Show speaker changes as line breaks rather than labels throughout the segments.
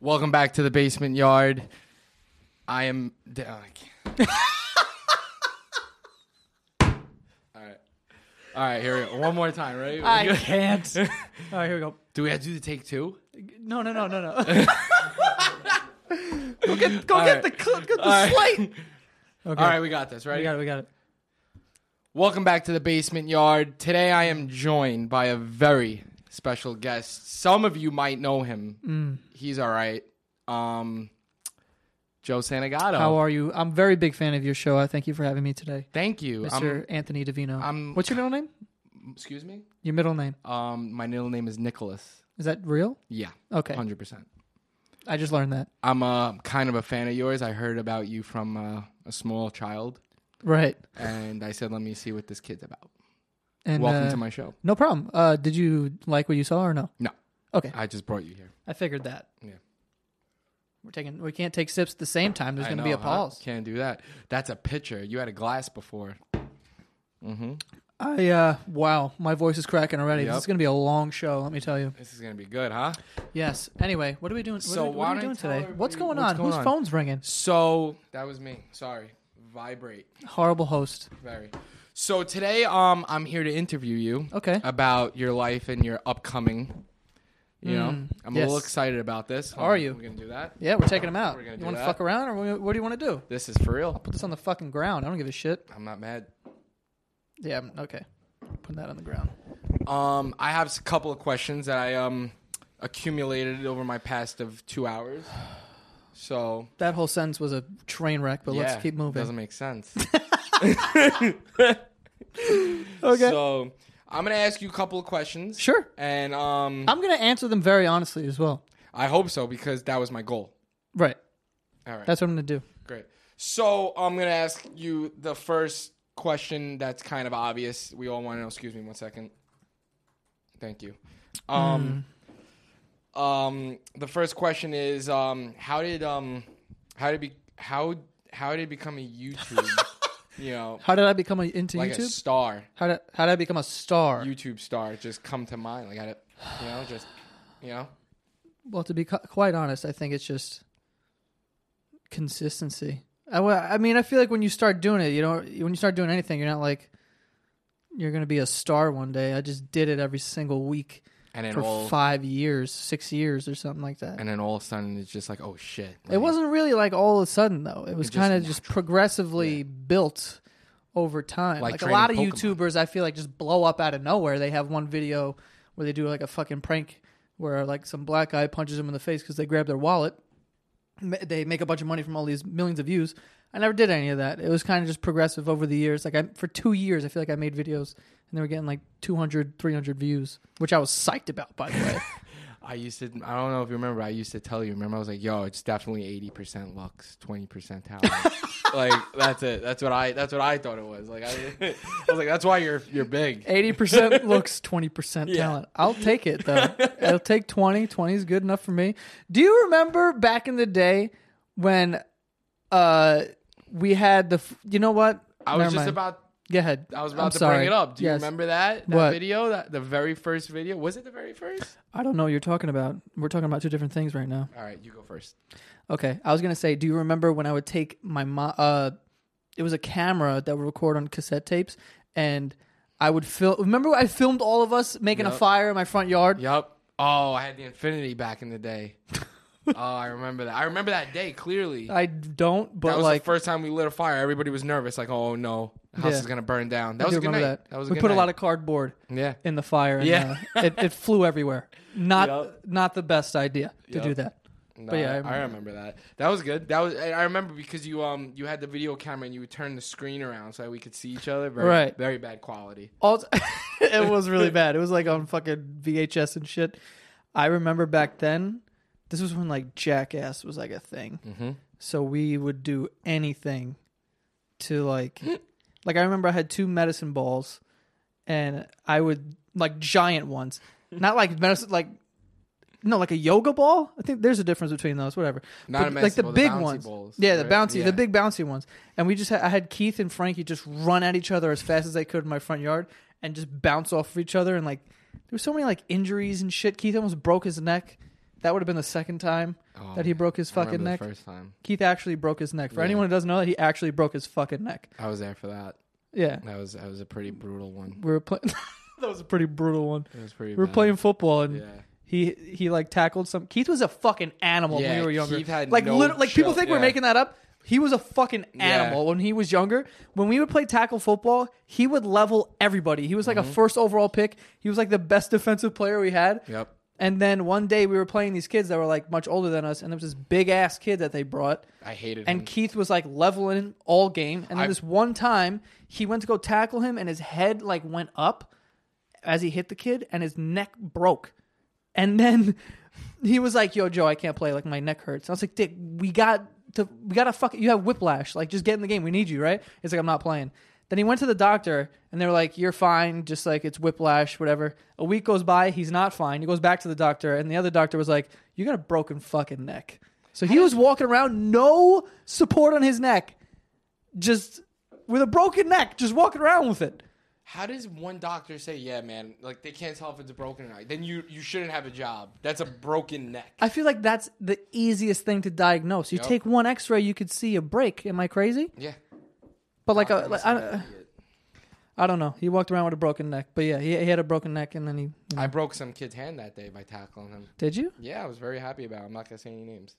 Welcome back to the basement yard. I am. d- oh, I can't. All right. All right, here we go. One more time, right?
I can't. All right, here we go.
do we have to do the take two?
No, no, no, no, no. go get, go
All
get
right.
the clip, get the
All right.
slate. Okay,
All right, we got this, right?
we got it, we got it.
Welcome back to the basement yard. Today I am joined by a very special guest. Some of you might know him.
Mm.
He's all right. Um, Joe Santagato.
How are you? I'm a very big fan of your show. I thank you for having me today,
Thank you.
mister Uh,
I'm-
Anthony Davino.
I'm-
What's your middle name?
excuse me.
Your middle name
Um, my middle name is Nicholas.
is that real?
Yeah,
Okay,
hundred percent.
I just learned that.
I'm uh, kind of a fan of yours. I heard about you from uh, a small child,
Right.
and I said, "Let me see what this kid's about."
And
Welcome
uh,
to my show.
No problem. Uh, did you like what you saw or no?
No,
Okay,
I just brought you here.
I figured that.
Yeah.
We're taking. We can't take sips at the same time. There's
I
going to be
know,
a
huh?
pause.
Can't do that. That's a pitcher. You had a glass before. Mm-hmm.
I uh wow, my voice is cracking already.
Yep.
This is gonna be a long show, let me tell you.
This is gonna be good, huh?
Yes. Anyway, what are we doing? What
So
are, we-
why
what are we
don't
doing
you tell
today?
everybody
What's going
what's
on?
going
Whose
on?
phone's ringing?
So that was me. Sorry. Vibrate.
Horrible host.
Very. So today, um, I'm here to interview you.
Okay.
About your life and your upcoming. You know, I'm a little
Mm. yes.
excited about this. Hold
Are
on,
you?
We're gonna do that.
Yeah, we're taking him out.
We're gonna
You
do
want to
that.
fuck around, or what what do you want to do?
This is for real.
Put this on the fucking ground. I don't give a shit.
I'm not mad.
Yeah. I'm- Okay. Putting that on the ground.
Um, I have a couple of questions that I um accumulated over my past of two hours. So
That whole sentence was a train wreck, but
yeah,
let's keep moving.
Doesn't make sense.
Okay.
So I'm gonna ask you a couple of questions.
Sure.
And um,
I'm gonna answer them very honestly as well.
I hope so because that was my goal.
Right.
All right.
That's what I'm gonna do.
Great. So I'm gonna ask you the first question that's kind of obvious. We all want to know. Excuse me, one second. Thank you. Um,
Hmm.
um, the first question is um, how did um, how did be how how did it become a YouTube, you know,
How did I become a, into
like a
YouTube?
star,
how did how did I become a star?
YouTube star, just come to mind? Like, how did you know, just you know,
Well, to be cu- quite honest, I think it's just consistency. I, wa- I mean, I feel like when you start doing it, you know, when you start doing anything, you're not like you're gonna be a star one day. I just did it every single week
and then
for
all
five years, six years, or something like that.
and then all of a sudden it's just like, oh shit,
it wasn't really like all of a sudden though. It was
It just
kind of just progressively built over time.
Like
Like, a lot of
training Pokemon.
YouTubers, I feel like just blow up out of nowhere. They have one video where they do like a fucking prank where like some black guy punches them in the face because they grab their wallet. Ma- They make a bunch of money from all these millions of views. I never did any of that. It was kind of just progressive over the years. Like I, for two years, I feel like I made videos and they were getting like 200, 300 views, which I was psyched about, by the way.
I used to. I don't know if you remember. I used to tell you. Remember, I was like, "Yo, it's definitely eighty percent looks, twenty percent talent." like that's it. That's what I. That's what I thought it was. Like I, I was like, "That's why you're you're big."
Eighty percent looks, twenty percent talent. I'll take it though. I'll take 20. 20 is good enough for me. Do you remember back in the day when uh we had the? f- You know what?
I was
Never
just
mind.
about.
Go ahead.
I was
I'm
about to
sorry.
bring it up. Do you
Yes.
remember that, that
What?
video? That the very first video was it the very first?
I don't know what you're talking about. We're talking about two different things right now.
All right, you go first.
Okay, I was gonna say, do you remember when I would take my mom? Uh, it was a camera that would record on cassette tapes, and I would film. Remember, I filmed all of us making a
Yup.
fire in my front yard.
Yup. Oh, I had the Infinity back in the day. oh, I remember that. I remember that day clearly.
I don't, Uh, but
that was
like
the first time we lit a fire. Everybody was nervous, like, "Oh no, the house
Yeah.
is gonna burn down." That
I
was
do
a good night.
remember
That was a
we
good
put a
night.
lot of cardboard
yeah.
in the fire. And,
Yeah.
uh, it, it flew everywhere. Not
Yup.
not the best idea to do
Yup.
that.
No,
But yeah, I
I,
remember.
I remember that. That was good. That was I I remember because you um you had the video camera and you would turn the screen around so that we could see each other. Very,
Right.
Very bad quality.
Also, it was really bad. It was like on fucking VHS and shit. I remember back then. This was when like Jackass was like a thing.
Mm-hmm.
So we would do anything to like, like I remember I had two medicine balls, and I would like giant ones, not like medicine like. No, like a yoga ball. I think there's a difference between those. Whatever,
Not
But,
a medicine
like the
ball, the
big
bouncy
ones.
balls,
yeah, the
right?
bouncy,
Yeah.
the big bouncy ones. And we just had, I had Keith and Frankie just run at each other as fast as they could in my front yard and just bounce off of each other. And like, there were so many like injuries and shit. Keith almost broke his neck. That would have been the second time
Oh,
that he broke his
I remember
fucking
the
neck.
First time
Keith actually broke his neck. For
Yeah.
anyone who doesn't know that, he actually broke his fucking neck.
I was there for that.
Yeah.
That was that was a pretty brutal one.
We were playing. that was a pretty brutal one.
It was pretty.
We were
bad.
playing football and
Yeah.
he he like tackled some. Keith was a fucking animal when
Yeah,
we were younger.
Keith had
like
no
lit- like people
chill,
think we're
yeah.
making that up. He was a fucking animal when he was younger. When we would play tackle football, he would level everybody. He was
Mm-hmm.
like a first overall pick. He was like the best defensive player we had.
Yep.
And then one day we were playing these kids that were like much older than us, and there was this big ass kid that they brought.
I hated
And
him.
Keith was like leveling all game. And then
I-
this one time, he went to go tackle him, and his head like went up as he hit the kid, and his neck broke. And then he was like, "Yo, Joe, I can't play. Like my neck hurts." And I was like, "Dick, we got to, we got to fuck. You have whiplash. Like just get in the game. We need you, right?" He's like, "I'm not playing." Then he went to the doctor, and they were like, "You're fine. Just like it's whiplash, whatever." A week goes by. He's not fine. He goes back to the doctor, and the other doctor was like, "You got a broken fucking neck." So he was walking around, no support on his neck, just with a broken neck, just walking around with it.
How does one doctor say, "Yeah, man, like they can't tell if it's broken or not"? Then you you shouldn't have a job. That's a broken neck.
I feel like that's the easiest thing to diagnose. You
Yep.
take one X-ray, you could see a break. Am I crazy?
Yeah.
But like, a,
Doctor
like
must
I,
have been
don't-
an idiot.
I don't know. He walked around with a broken neck, but yeah, he, he had a broken neck, and then he
I broke some kid's hand that day by tackling him.
did you?
Yeah, I was very happy about. it. I'm not gonna say any names.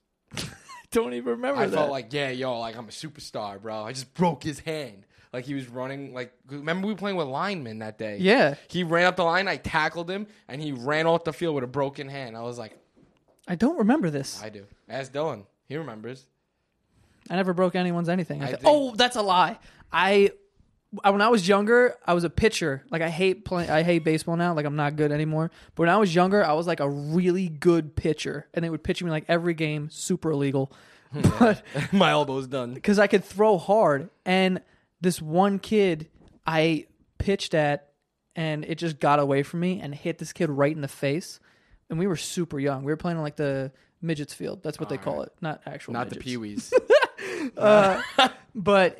Don't even remember.
I felt like, yeah, yo, like I'm a superstar, bro. I just broke his hand. Like he was running. Like remember we were playing with linemen that day.
Yeah.
He ran up the line. I tackled him, and he ran off the field with a broken hand. I was like,
I don't remember this.
I do. Ask Dylan. He remembers.
I never broke anyone's anything. I th-
think-
oh, that's a lie. I I- when I was younger, I was a pitcher. Like I hate playing. I hate baseball now. Like I'm not good anymore. But when I was younger, I was like a really good pitcher, and they would pitch me like every game, super illegal. But
My elbow's done.
because I could throw hard. And this one kid I pitched at, and it just got away from me and hit this kid right in the face. And we were super young. We were playing on like the midgets field. That's what they call it, not actual.
Not
midgets.
the peewees.
But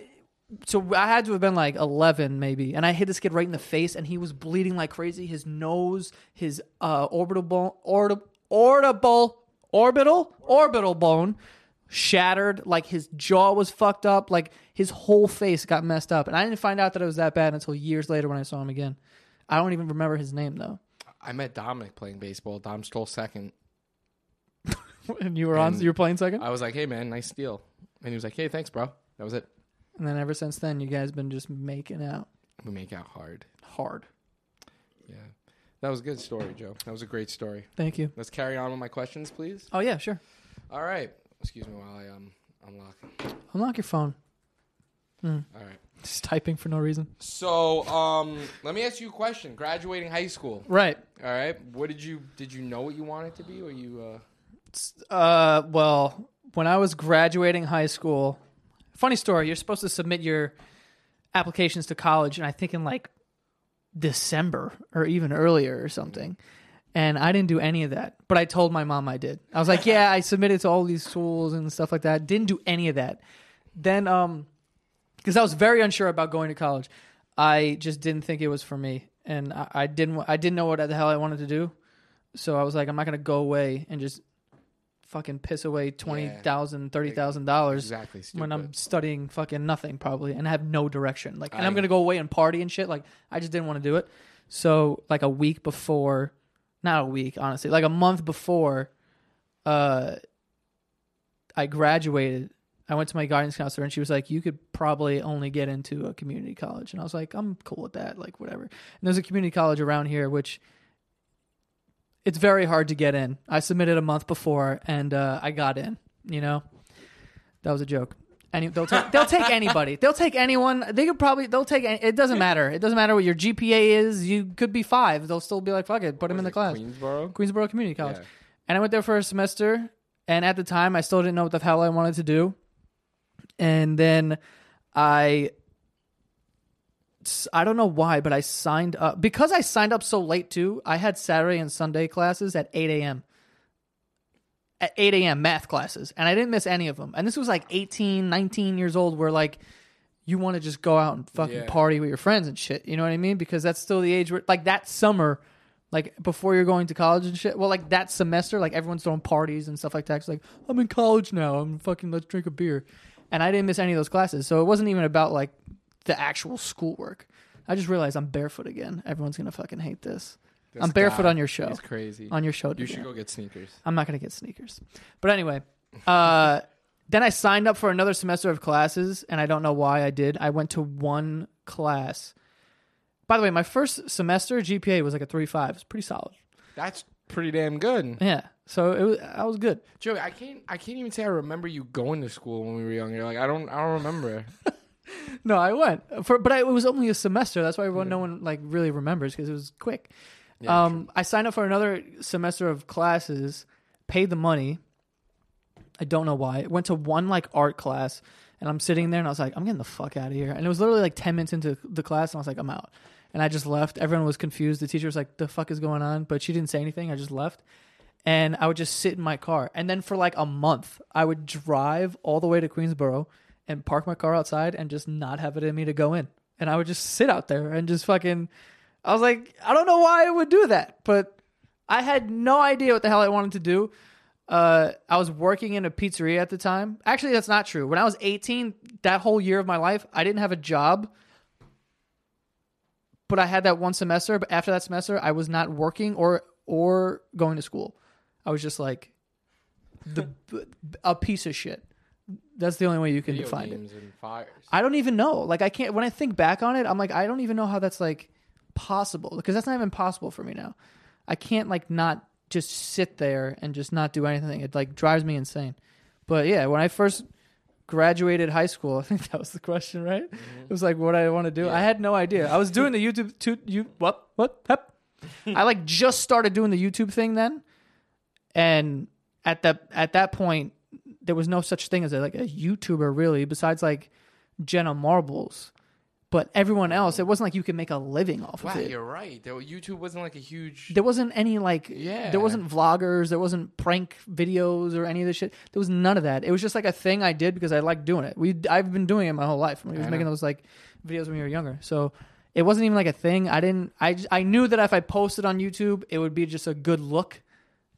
so I had to have been like 11 maybe, and I hit this kid right in the face, and he was bleeding like crazy. His nose, his uh, orbital bone, orbital, orbital, orbital, orbital bone shattered. Like his jaw was fucked up. Like his whole face got messed up. And I didn't find out that it was that bad until years later when I saw him again. I don't even remember his name though.
I met Dominic playing baseball. Dom stole second.
And you were on, you were playing second,
I was like, hey man, nice steal. And he was like, hey, thanks, bro. That was it.
and then ever since then, you guys been just making out
We make out hard.
hard.
Yeah. That was a good story, Joe. That was a great story.
Thank you.
Let's carry on with my questions, please.
Oh yeah, sure.
All right. Excuse me while I um unlock.
Unlock your phone.
All right.
Just typing for no reason.
So, um, let me ask you a question. Graduating high school.
Right.
All right. What did you did you know what you wanted to be? Or you uh
Uh, well, when I was graduating high school, funny story. You're supposed to submit your applications to college, and I think in like December or even earlier or something. And I didn't do any of that, but I told my mom I did. I was like, "Yeah, I submitted to all these schools and stuff like that." Didn't do any of that. Then, um, because I was very unsure about going to college, I just didn't think it was for me, and I, I didn't. I didn't know what the hell I wanted to do, so I was like, "I'm not gonna go away and just fucking piss away twenty thousand, thirty thousand dollars
exactly stupid.
when I'm studying fucking nothing probably and have no direction. Like, and I'm
I-
gonna go away and party and shit. Like, I just didn't want to do it. So, like a week before, not a week, honestly, like a month before, uh, I graduated. I went to my guidance counselor and she was like, "You could probably only get into a community college." And I was like, "I'm cool with that, like whatever." And there's a community college around here which it's very hard to get in. I submitted a month before and uh, I got in. You know, that was a joke. Any, they'll take they'll take anybody. They'll take anyone. They could probably they'll take. Any, it doesn't matter. It doesn't matter what your GPA is. You could be five. They'll still be like, "Fuck it, put him in the class."
Queensboro.
Queensboro Community College.
Yeah.
And I went there for a semester. And at the time, I still didn't know what the hell I wanted to do. And then I, I don't know why, but I signed up because I signed up so late too. I had Saturday and Sunday classes at 8 a.m. At 8 a.m. math classes, and I didn't miss any of them. And this was like 18, 19 years old, where like you want to just go out and fucking
Yeah.
party with your friends and shit. You know what I mean? Because that's still the age where like that summer Like before you're going to college and shit. Well, like that semester, like everyone's throwing parties and stuff like that. It's like I'm in college now. I'm fucking let's drink a beer, and I didn't miss any of those classes. So it wasn't even about like the actual schoolwork. I just realized I'm barefoot again. Everyone's gonna fucking hate this.
This
I'm barefoot
guy
on your show.
is crazy.
On your show,
You
today.
should go get sneakers.
I'm not gonna get sneakers. But anyway, uh, then I signed up for another semester of classes, and I don't know why I did. I went to one class. By the way, my first semester GPA was like a three five. It's pretty solid.
That's pretty damn good.
Yeah, so it was. I was good.
Joey, I can't I can't even say I remember you going to school when we were younger. Like I don't I don't remember.
No, I went for, but I, it was only a semester. That's why everyone, no one like really remembers because it was quick. um, I signed up for another semester of classes, paid the money. I don't know why. Went to one like art class, and I'm sitting there and I was like, I'm getting the fuck out of here. And it was literally like ten minutes into the class, and I was like, I'm out. And I just left. Everyone was confused. The teacher was like, "The fuck is going on?" But she didn't say anything. I just left, and I would just sit in my car. And then for like a month, I would drive all the way to Queensboro and park my car outside and just not have it in me to go in. And I would just sit out there and just fucking. I was like, I don't know why I would do that, but I had no idea what the hell I wanted to do. Uh, I was working in a pizzeria at the time. Actually, that's not true. When I was 18, that whole year of my life, I didn't have a job. But I had that one semester. But after that semester, I was not working or or going to school. I was just like the a piece of shit. That's the only way you can
Video
define it.
games and fires.
I don't even know. Like I can't. When I think back on it, I'm like, I don't even know how that's like possible because that's not even possible for me now. I can't like not just sit there and just not do anything. It like drives me insane. But yeah, when I first graduated high school, I think that was the question, right? It was like what I want to do. I had no idea. I was doing the YouTube to you what what hep. I like just started doing the YouTube thing then, and at that at that point, there was no such thing as a, like a YouTuber really, besides like Jenna Marbles. But everyone else, it wasn't like you could make a living off
Wow,
of it.
you're right. There- YouTube wasn't like a huge
There wasn't any like,
Yeah.
there wasn't vloggers, there wasn't prank videos or any of this shit. There was none of that. It was just like a thing I did because I liked doing it. We, I've been doing it my whole life. We was making those like videos when we were younger, so it wasn't even like a thing. I didn't. I j- I knew that if I posted on YouTube, it would be just a good look,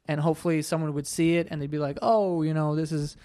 and hopefully someone would see it and they'd be like, oh, you know, this is.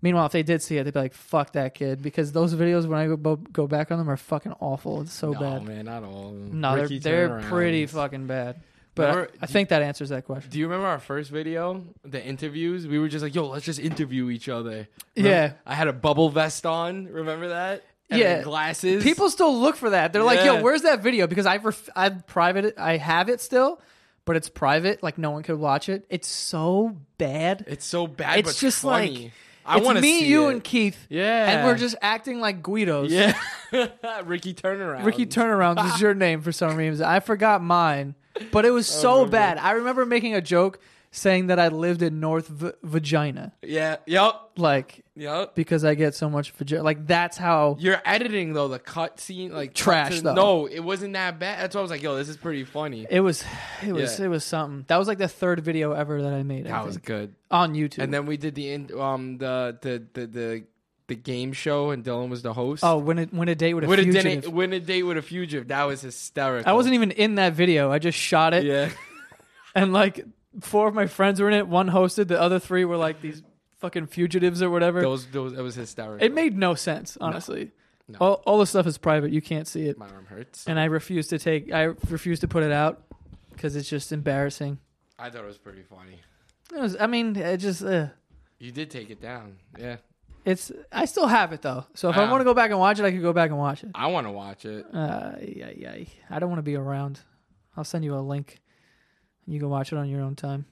Meanwhile, if they did see it, they'd be like, "Fuck that kid," because those videos when I go bo- go back on them are fucking awful. It's so
No,
bad.
man, not all. of them.
No, they're,
Ricky
they're pretty
turnarounds.
fucking bad. But
Remember-
I, I think that answers that question.
Do you remember our first video, the interviews? We were just like, "Yo, let's just interview each other."
Yeah.
I had a bubble vest on. Remember that?
Yeah.
glasses.
People still look for that. They're like,
Yeah.
"Yo, where's that video?" Because I've ref- I've private it. I have it still, but it's private. Like no one could watch it. It's so bad.
It's so bad.
It's
but
just
funny.
like
I want
it's
to
me,
see
you,
it.
and Keith.
Yeah.
and we're just acting like Guidos.
yeah, Ricky turnaround.
Ricky Turnaround is your name for some reason. I forgot mine, but it was so bad. I remember making a joke saying that I lived in North v- Vagina,
Yeah. Yup.
like
Yup.
because I get so much vagina. Like that's how
Your editing though, the cut scene, like cut
Trash,
to-
though.
No, it wasn't that bad. That's why I was like, "Yo, this is pretty funny."
It was, it was,
Yeah.
it was something. That was like the third video ever that I made. I
that was
think,
good.
on YouTube.
And then we did the in, um the the the the, the game show, and Dylan was the host.
oh, when it when a date with a
Win a,
fugitive.
date, win a date with a fugitive. That was hysterical.
I wasn't even in that video. I just shot it,
Yeah.
and like four of my friends were in it. One hosted, the other three were like these fucking fugitives or whatever.
Those, those, it was hysterical.
it made no sense, honestly.
No.
All all the stuff is private. You can't see it,
my arm hurts.
and I refuse to take. I refuse to put it out because it's just embarrassing.
I thought it was pretty funny.
It was. I mean, it just. Uh,
You did take it down. Yeah.
it's. I still have it though. So if I
Ah.
want to go back and watch it, I could go back and watch it.
I want to watch it.
Uh, yeah, yeah. I don't want to be around. I'll send you a link. You can watch it on your own time.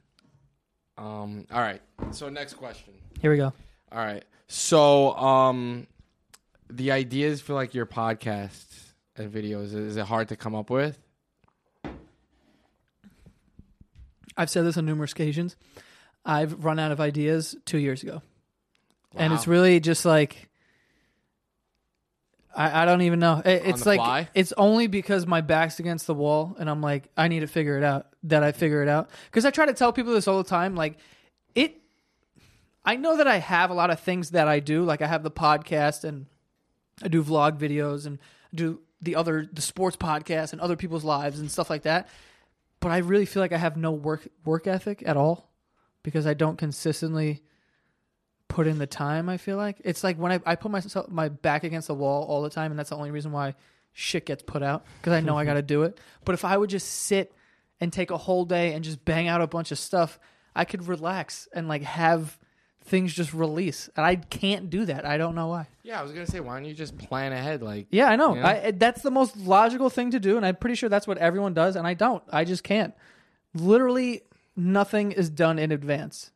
Um. All right. So next question.
Here we go.
All right. So um, the ideas for like your podcasts and videos is it hard to come up with?
I've said this on numerous occasions. I've run out of ideas two years ago, and it's
Wow.
really just like I, I don't even know. It,
On
it's
the
like
fly?
it's only because my back's against the wall, and I'm like, I need to figure it out. That I figure it out because I try to tell people this all the time. Like it, I know that I have a lot of things that I do. Like I have the podcast and I do vlog videos and do the other the sports podcast and other people's lives and stuff like that. but I really feel like I have no work work ethic at all because I don't consistently put in the time. I feel like it's like when I, I put myself my back against the wall all the time, and that's the only reason why shit gets put out because I know I got to do it. But if I would just sit and take a whole day and just bang out a bunch of stuff, I could relax and like have things just release. And I can't do that. I don't know why.
Yeah, I was gonna say, why don't you just plan ahead? Like,
Yeah, I know.
Yeah.
I, that's the most logical thing to do, and I'm pretty sure that's what everyone does, and I don't. I just can't. Literally, nothing is done in advance.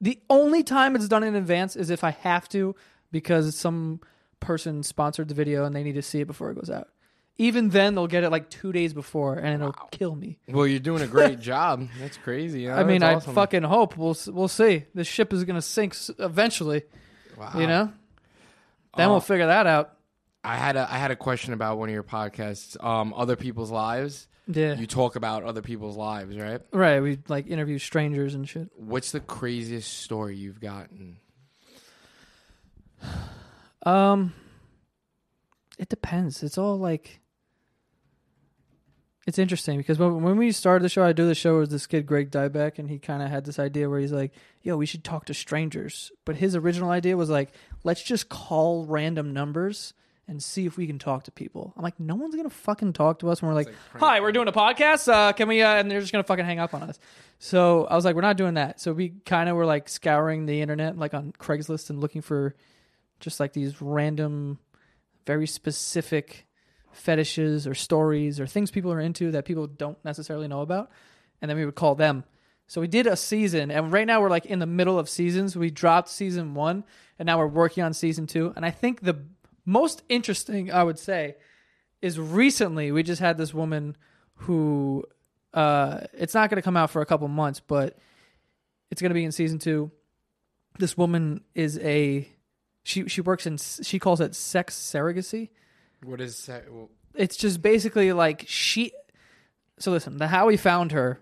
The only time it's done in advance is if I have to because some person sponsored the video and they need to see it before it goes out. Even then, they'll get it like two days before, and it'll kill me.
well, you're doing a great job. That's crazy.
I mean, I fucking hope we'll s- we'll see. This ship is gonna sink s- eventually.
Wow.
You know, then
Uh,
we'll figure that out.
I had a I had a question about one of your podcasts, um, other people's lives.
Yeah,
You talk about other people's lives, right?
right. We like interview strangers and shit.
What's the craziest story you've gotten?
Um, it depends. It's all like, it's interesting because when when we started the show, I do the show with this kid Greg Dybeck, and he kind of had this idea where he's like, "Yo, we should talk to strangers." But his original idea was like, "Let's just call random numbers." And see if we can talk to people. I'm like, no one's gonna fucking talk to us. And we're like, hi, we're doing a podcast. Uh, can we? Uh, and they're just gonna fucking hang up on us. So I was like, we're not doing that. So we kind of were like scouring the internet, like on Craigslist, and looking for just like these random, very specific fetishes or stories or things people are into that people don't necessarily know about. And then we would call them. So we did a season, and right now we're like in the middle of seasons. We dropped season one, and now we're working on season two. And I think the most interesting, I would say, is recently we just had this woman who uh, it's not going to come out for a couple months, but it's going to be in season two. This woman is a she she works in s- she calls it sex surrogacy
What is that? Well,
it's just basically like she so listen the how we found her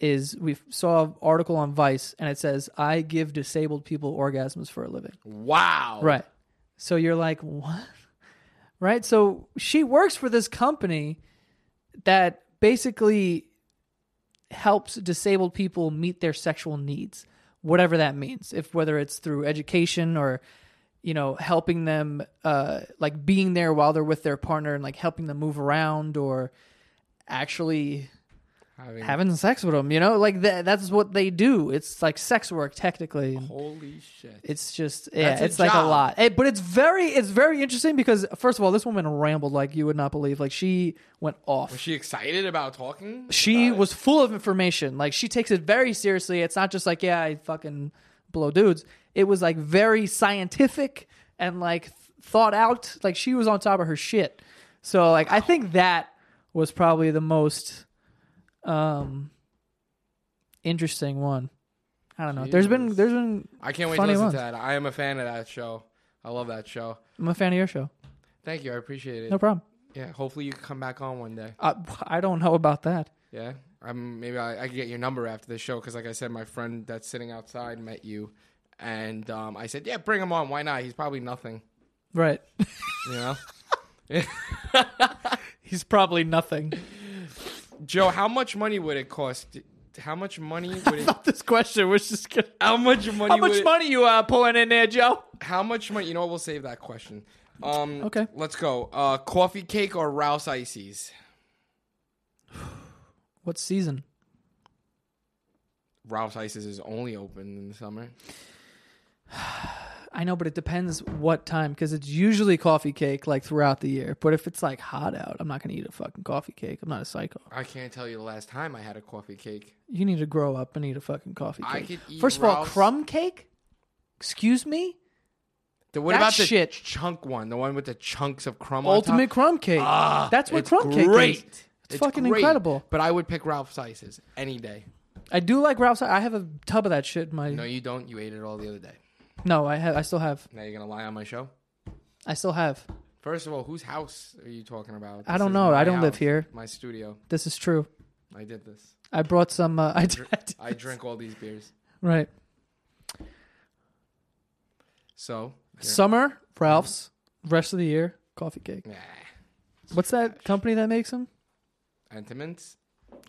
is we saw an article on vice and it says i give disabled people orgasms for a living
Wow.
right so you're like what right so she works for this company that basically helps disabled people meet their sexual needs whatever that means if whether it's through education or you know helping them uh like being there while they're with their partner and like helping them move around or actually
Having,
having sex with them you know like that that's what they do it's like sex work technically
holy shit.
it's just yeah,
That's a
it's like a
job.
lot. Eh, but it's very it's very interesting because first of all, this woman rambled like you would not believe. Like she went off.
Was she excited about talking?
She was full of information. Like she takes it very seriously. It's not just like, yeah, I fucking blow dudes. It was like very scientific and like th- thought out. Like she was on top of her shit. So like I think that was probably the most um interesting one. I don't know. There's been
Jesus.
there's been
I can't wait to
Funny
listen
ones.
to that. I am a fan of that show. I love that show.
I'm a fan of your show.
Thank you. I appreciate it.
No problem.
Yeah. Hopefully you can come back on one day.
I, I don't know about that.
Yeah. I'm maybe I, I can get your number after the show because, like I said, my friend that's sitting outside met you, and um, I said, yeah, bring him on. Why not? He's probably nothing.
Right.
You know.
He's probably nothing.
Joe, how much money would it cost? How much money would it?
this question was just gonna,
how much money?
How
would
much
it-
money you uh, pulling in there, Joe?
How much money? You know what? We'll save that question. Um,
Okay.
Let's go. Uh, coffee cake or Rouse Ices?
What season?
Rouse Ices is only open in the summer.
I know, but it depends what time because it's usually coffee cake like throughout the year. But if it's like hot out, I'm not gonna eat a fucking coffee cake. I'm not a psycho.
I can't tell you the last time I had a coffee cake.
You need to grow up and eat a fucking coffee
I
cake.
could eat
First of all,
Ralph's-
crumb cake. Excuse me.
The- What
That
about the
shit-
chunk one? The one with the chunks of crumb
Ultimate
on top?
crumb cake.
Ah,
That's what
it's
crumb cake is.
great.
It's fucking incredible.
But I would pick Ralph's Ices any day.
I do like Ralph's. I have a tub of that shit in my.
No,
No,
you don't. You ate it all the other day.
I have. I still have.
Now you're going to lie on my show?
I still have.
First of all, whose house are you talking about?
I
This
don't
is
know. I
my
don't live
house,
here.
My studio.
This is true.
I did this.
I brought some. Uh, I did.
I drink all these beers.
Right.
So,
Summer, Ralph's.
Mm-hmm.
Rest of the year, coffee cake.
nah.
What's that company that makes them?
Entimants?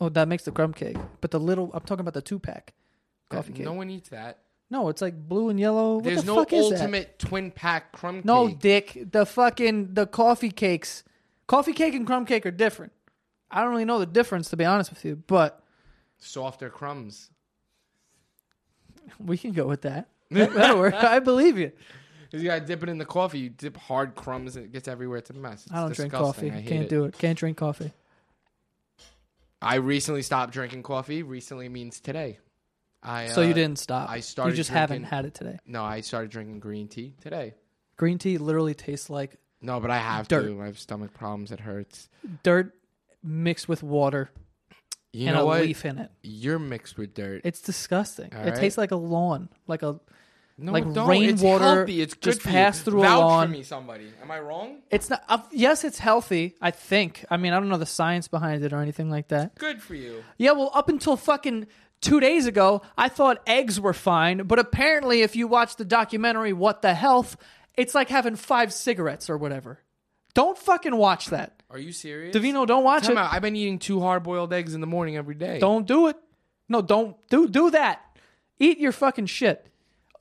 Oh, that makes the crumb cake. But the little, I'm talking about the two pack coffee cake.
No
No,
one eats that.
it's like blue and yellow. What
There's
the
no
fuck is that?
ultimate twin pack crumb
No,
cake.
Dick. The fucking the coffee cakes, coffee cake and crumb cake are different. I don't really know the difference to be honest with you, but
Softer crumbs.
we can go with that. That- That'll work. I believe you.
You gotta dip it in the coffee. You dip hard crumbs and it gets everywhere. It's a mess. It's
I don't
disgusting.
drink
I
coffee.
hate
Can't
it.
do it. Can't drink coffee.
I recently stopped drinking coffee. Recently means today. I
So you
uh,
didn't stop.
I started
You just haven't
drinking-
had it today.
No, I started drinking green tea today.
Green tea literally tastes like
No, but I have
Dirt.
to. I have stomach problems. It hurts.
dirt mixed with water
You
and
know
a
what?
leaf in it.
You're mixed with dirt.
It's disgusting.
All
it
right.
tastes like a lawn, like a.
no,
like
don't.
rainwater
It's healthy. It's good
just
for you.
passed through a
Vouch
lawn.
for me, somebody. Am I wrong?
It's not. Uh, yes, it's healthy. I think. I mean, I don't know the science behind it or anything like that.
Good for you.
Yeah, well, up until fucking two days ago, I thought eggs were fine, but apparently, if you watch the documentary "What the Health," it's like having five cigarettes or whatever. Don't fucking watch that,
Are you serious?
Davino. Don't watch
Time
it.
out. I've been eating two hard-boiled eggs in the morning every day.
Don't do it. No, don't do do that. Eat your fucking shit.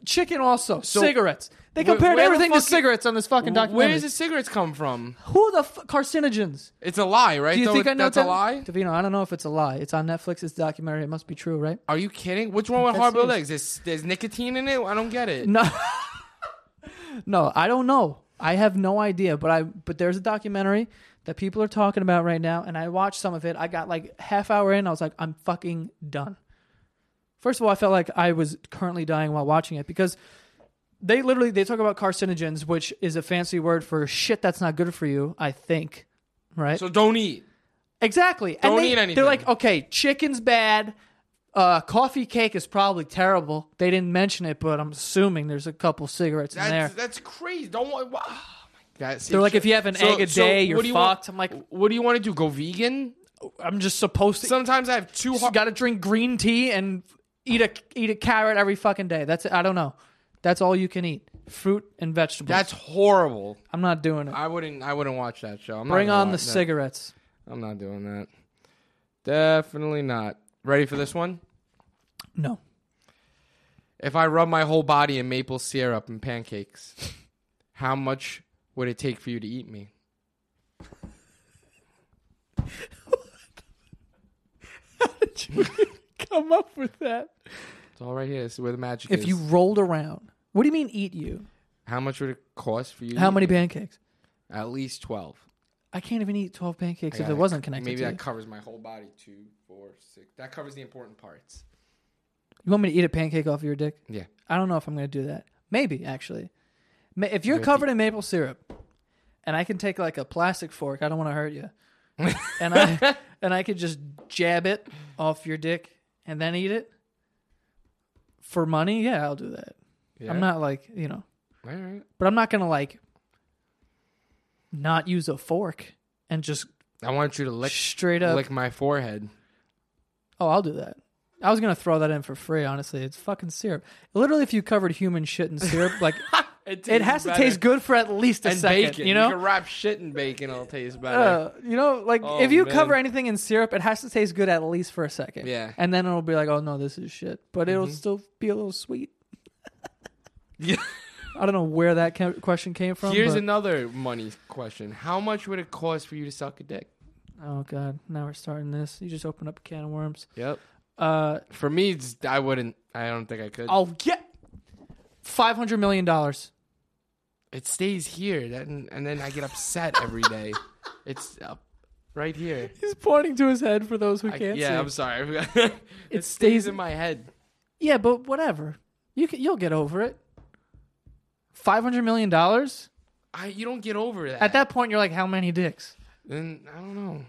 Chicken also. cigarettes. They
where
compared
the
everything to
fuck-
cigarettes on this fucking documentary.
Where does the cigarettes come from?
Who the f- carcinogens?
It's a lie, right?
Do you
So
think
it-
I know
that's
that?
a lie?
Davino, I don't know if it's a lie. It's on Netflix. It's a documentary. It must be true, right?
Are you kidding? What's wrong with
That's
hard-boiled
serious.
eggs? There's, there's nicotine in it. I don't get it.
No, no, I don't know. I have no idea. But I but there's a documentary that people are talking about right now, and I watched some of it. I got like half hour in. I was like, I'm fucking done. First of all, I felt like I was currently dying while watching it because they literally they talk about carcinogens, which is a fancy word for shit that's not good for you. I think, right?
So don't eat.
Exactly.
Don't
and they,
eat anything.
They're like, okay, chicken's bad. Uh, coffee cake is probably terrible. They didn't mention it, but I'm assuming there's a couple cigarettes in there.
That's, that's crazy. Don't oh want. Wow. That's,
They're like, if you have an egg a day, you're fucked. I'm like,
what do you want to do? Go vegan?
I'm just supposed to.
Sometimes I have two. Hard-
got to drink green tea and eat a eat a carrot every fucking day. That's I don't know. That's all you can eat: fruit and vegetables.
that's horrible.
I'm not doing it.
I wouldn't. I wouldn't watch that show. I'm not
Bring
gonna
on the
watch that.
cigarettes.
I'm not doing that. Definitely not. Ready for this one?
No.
If I rub my whole body in maple syrup and pancakes, how much would it take for you to eat me?
Come up with that.
It's all right here. This is where the magic is.
If you rolled around, what do you mean eat you?
how much would it cost for you? to
How
eat
many
me?
pancakes?
At least twelve.
I can't even eat 12 pancakes
I
if
got
it wasn't connected
Maybe
to
that
you.
covers my whole body. Two, four, six. That covers the important parts.
You want me to eat a pancake off your dick?
Yeah.
I don't know if I'm going to do that. Maybe, actually. Ma- If you're
Good.
covered in maple syrup and I can take like a plastic fork, I don't want to hurt you. and I and I could just jab it off your dick and then eat it for money. Yeah, I'll do that.
Yeah?
I'm not like, you know,
All right.
but I'm not going to like not use a fork and just
I want you to lick
straight up
lick my forehead.
Oh, I'll do that. I was gonna throw that in for free. Honestly, it's fucking syrup. Literally, if you covered human shit in syrup, like it has to taste good for at least a
and
second.
bacon.
You know,
can wrap shit in bacon. It'll taste better.
Uh, you know, like
Oh,
if you
man.
cover anything in syrup, it has to taste good at least for a second.
Yeah. Mm-hmm.
and then it'll be like, oh no, this is shit, but it'll still be a little sweet.
Yeah.
I don't know where that ca- question came from.
Here's
but-
another money question. How much would it cost for you to suck a dick?
oh god, now we're starting this. You just opened up a can of worms.
Yep.
Uh,
For me, it's, I wouldn't. I don't think I could.
I'll get five hundred million dollars.
It stays here, that, and, and then I get upset every day. It's up right here.
He's pointing to his head for those who
I,
can't
yeah,
see.
I'm sorry. it, stays
stays-
in my head.
Yeah, but whatever. You can, you'll get over it. Five hundred million dollars.
I, you don't get over that.
At that point, you're like, how many dicks?
then I don't know.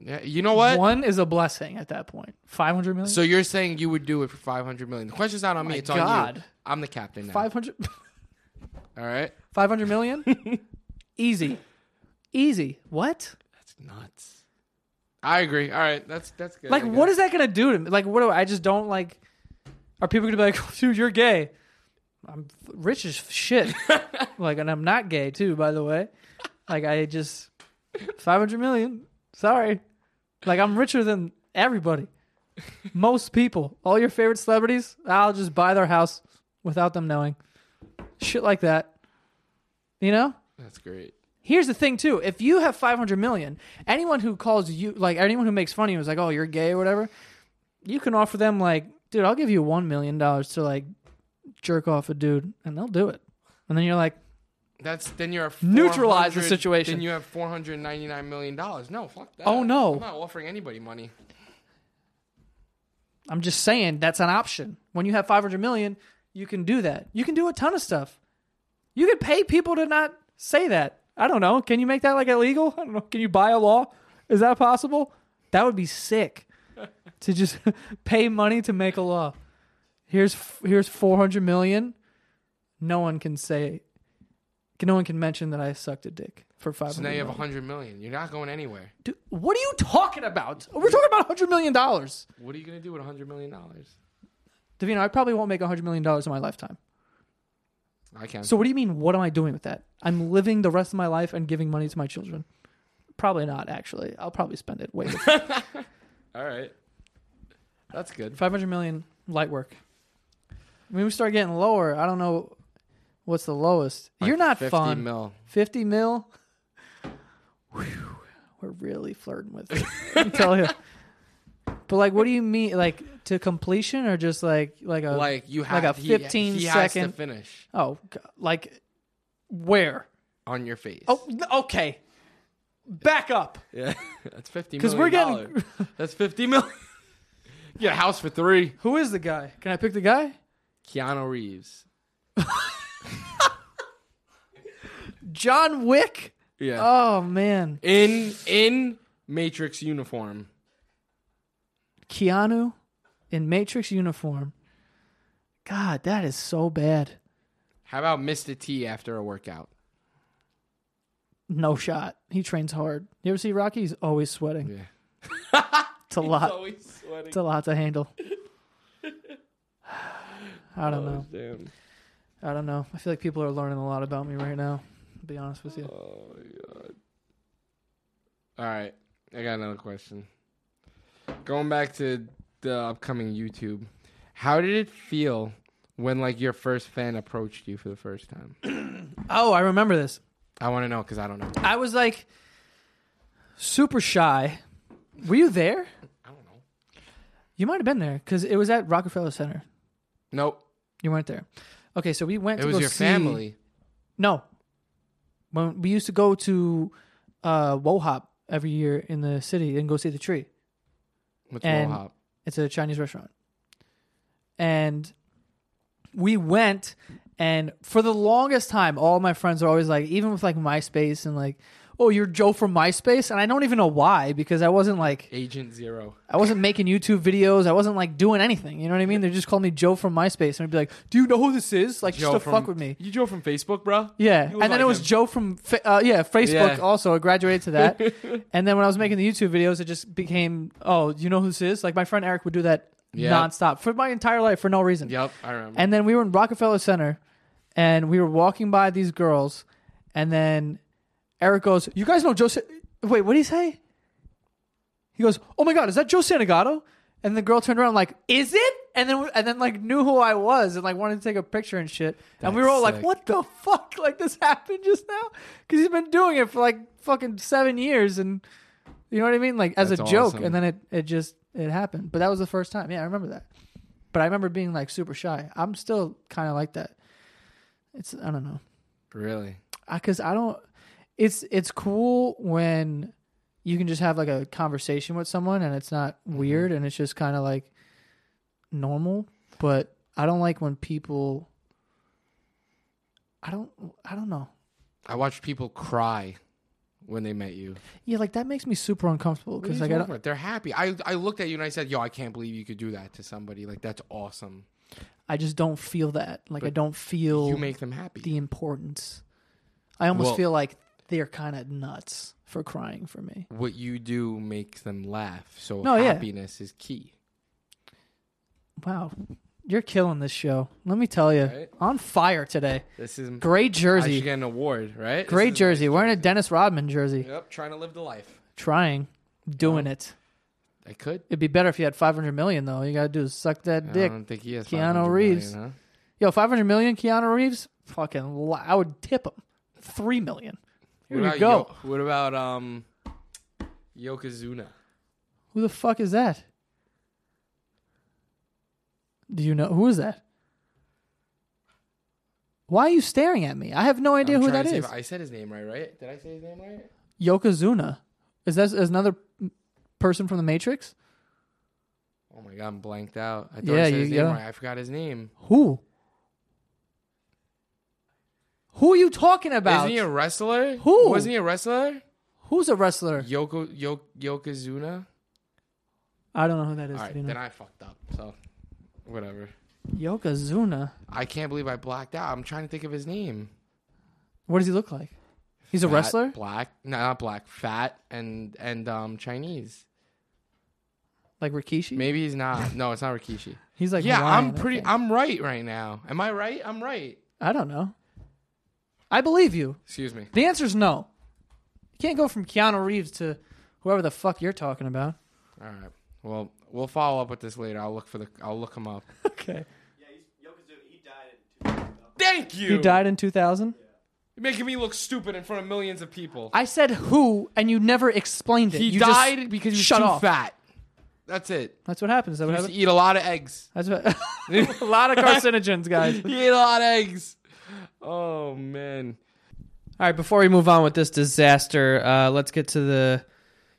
Yeah, you know what?
One is a blessing. At that point, five hundred million.
So you're saying you would do it for 500 million? The question's not on me.
My
It's on you.
God.
I'm the captain now.
500,
All right.
500 million. Easy, easy. What?
That's nuts. I agree. All right. That's that's good.
Like, what is that gonna do to me? Like, what do I, I just don't like? Are people gonna be like, dude, you're gay? I'm f- rich as shit. like, and I'm not gay too, by the way. Like, I just five hundred million. Sorry. Like, I'm richer than Everybody. Most people. All your favorite celebrities, I'll just buy their house without them knowing. Shit like that. You know?
That's great.
Here's the thing too. If you have 500 million, anyone who calls you like anyone who makes fun of you is like, "Oh, you're gay or whatever." You can offer them like, "Dude, I'll give you 1 million dollars to like jerk off a dude," and they'll do it. And then you're like,
That's then you're a
Neutralize the
400
situation.
Then you have four hundred ninety nine million dollars. No, fuck that.
Oh, no.
I'm not offering anybody money.
I'm just saying that's an option. When you have 500 million, you can do that. You can do a ton of stuff. You could pay people to not say that. I don't know. Can you make that like illegal? I don't know. Can you buy a law? Is that possible? That would be sick to just pay money to make a law. Here's here's 400 million. No one can say no one can mention that I sucked a dick for 500
So now you have
million.
hundred million. You're not going anywhere.
Dude, what are you talking about? We're talking about 100 million dollars.
What are you gonna do with hundred million dollars?
Davina, I probably won't make 100 million dollars in my lifetime.
I can't.
So what do you mean? What am I doing with that? I'm living the rest of my life and giving money to my children. Probably not. Actually, I'll probably spend it. Wait,
All right. That's good.
five hundred million light work. When we start getting lower, I don't know what's the lowest. You're not
50
fun.
Mil.
Fifty mil. Whew, we're really flirting with it. I tell you. But like, what do you mean? Like to completion, or just like like a
Like you
Like
have
a
he-
15
he, has to
second-
finish
oh g- like where?
on your face.
Oh, okay. Back up.
yeah, that's fifty. Because
Because we're getting.
that's fifty million. Get a house for three.
Who is the guy? Can I pick the guy?
Keanu Reeves.
John Wick.
Yeah.
Oh man,
in in Matrix uniform.
Keanu in Matrix uniform. God, that is so bad.
How about Mr. T after a workout?
No shot. He trains hard. You ever see Rocky? He's always sweating.
Yeah.
It's a lot.
always sweating.
It's a lot to handle. I don't know.
Damn.
I don't know. I feel like people are learning a lot about me right now. To be honest with you.
Oh my god. All right, I got another question. Going back to the upcoming YouTube, how did it feel when like your first fan approached you for the first time?
Oh, I remember this.
I want to know because I don't know.
I was like super shy. Were you there?
I don't know.
You might have been there because it was at Rockefeller Center.
Nope,
You weren't there. Okay, so we went.
it
to
was
go
your
see-
family.
No, when we used to go to uh, WoHop every year in the city and go see the tree.
What's
And-
Wohop?
It's a Chinese restaurant, and we went. And for the longest time, all my friends are always like, even with like MySpace and like, oh, you're Joe from MySpace, and I don't even know why because I wasn't like
Agent Zero.
I wasn't making YouTube videos. I wasn't like doing anything. You know what I mean? They just called me Joe from MySpace, and I'd be like, "Do you know who this is?" Like,
Joe
just to
from-
fuck with me.
You Joe from Facebook, bro? You
Yeah, and
look
then
like
it was
him.
Joe from Fa- uh, yeah Facebook.
Yeah.
Also, I graduated to that, and then when I was making the YouTube videos, it just became oh, you know who this is? Like my friend Eric would do that
Yeah.
nonstop for my entire life for no reason.
Yep, I remember.
And then we were in Rockefeller Center, and we were walking by these girls, and then Eric goes, "You guys know Joe? Sa- Wait, what did he say?" He goes, "Oh my God, is that Joe Santagato?" And the girl turned around like, "Is it?" And then and then like knew who I was and like wanted to take a picture and shit. and we
That's
were all like,
sick.
"What the fuck? Like this happened just now?" Because he's been doing it for like fucking seven years, and you know what I mean, like as a
That's
joke.
awesome.
And then it it just it happened. But that was the first time. Yeah, I remember that. But I remember being like super shy. I'm still kind of like that. It's I don't know
really?
because I, don't. It's it's cool when you can just have like a conversation with someone and it's not
Mm-hmm.
weird and it's just kind of like normal. But I don't like when people. I don't. I don't know.
I watched people cry when they met you.
Yeah, like that makes me super uncomfortable
What are you
because like I
talking
don't.
about? they're happy. I I looked at you and I said, "Yo, I can't believe you could do that to somebody. Like that's awesome.
I just don't feel that. Like I
But
don't
You
feel
make them happy."
the importance. I almost
Well-
feel like they're kind of nuts for crying for me.
what you do makes them laugh. So
No, yeah.
happiness is key.
Wow, you're killing this show. Let me tell you,
Right?
on fire today.
This is
Gray
I
jersey.
should get an award, right?
Gray
This is nice
jersey. Wearing a Dennis Rodman jersey.
Yep, trying to live the life.
Trying. Doing it.
I could.
It'd be better if you had 500 million, though. You got to do is suck that
I
dick.
don't think he has
Keanu
500
Reeves.
million, huh?
Yo, 500 million, Keanu Reeves? Fucking, li- I would tip him. 3 million. Here
What
you
about
go.
Yo- what about um, Yokozuna?
Who the fuck is that? Do you know who is that? Why are you staring at me? I have no idea
I'm
who
trying
that
to see
is.
if I said his name right, right? Did I say his name right?
Yokozuna. Is that is another person from the Matrix?
Oh my god, I'm blanked out. I thought
Yeah,
I said
you-
his name
yeah.
right. I forgot his name.
Who? Who are you talking about?
Isn't he a wrestler?
Who?
Wasn't he a wrestler?
Who's a wrestler?
Yoko Yo, Yokozuna?
I don't know who that is.
All right,
Do you know?
then I fucked up. So, whatever.
Yokozuna.
I can't believe I blacked out. I'm trying to think of his name.
What does he look like? He's a
Fat,
wrestler?
Black? No, not black. Fat and and um Chinese.
Like Rikishi?
Maybe he's not. No, it's not Rikishi.
He's like
yeah,
Hawaiian,
I'm pretty.
I, think.
I'm right right now. Am I right? I'm right.
I don't know. I believe you.
Excuse me.
The answer's no. You can't go from Keanu Reeves to whoever the fuck you're talking about.
All right. Well, we'll follow up with this later. I'll look for the. I'll look him up.
Okay.
Yeah, he's Yokozuna. He died in 2000.
Thank you.
He died in 2000?
You're making me look stupid in front of millions of people.
I said who, and you never explained it.
he
You just-
died because he was
shut
too
off.
fat. That's it.
That's what happens.
He
That what
used to
happens.
eat a lot of eggs.
That's what, a lot of carcinogens, guys. All
he ate a lot of eggs. Oh man.
right, before we move on with this disaster, uh, let's get to the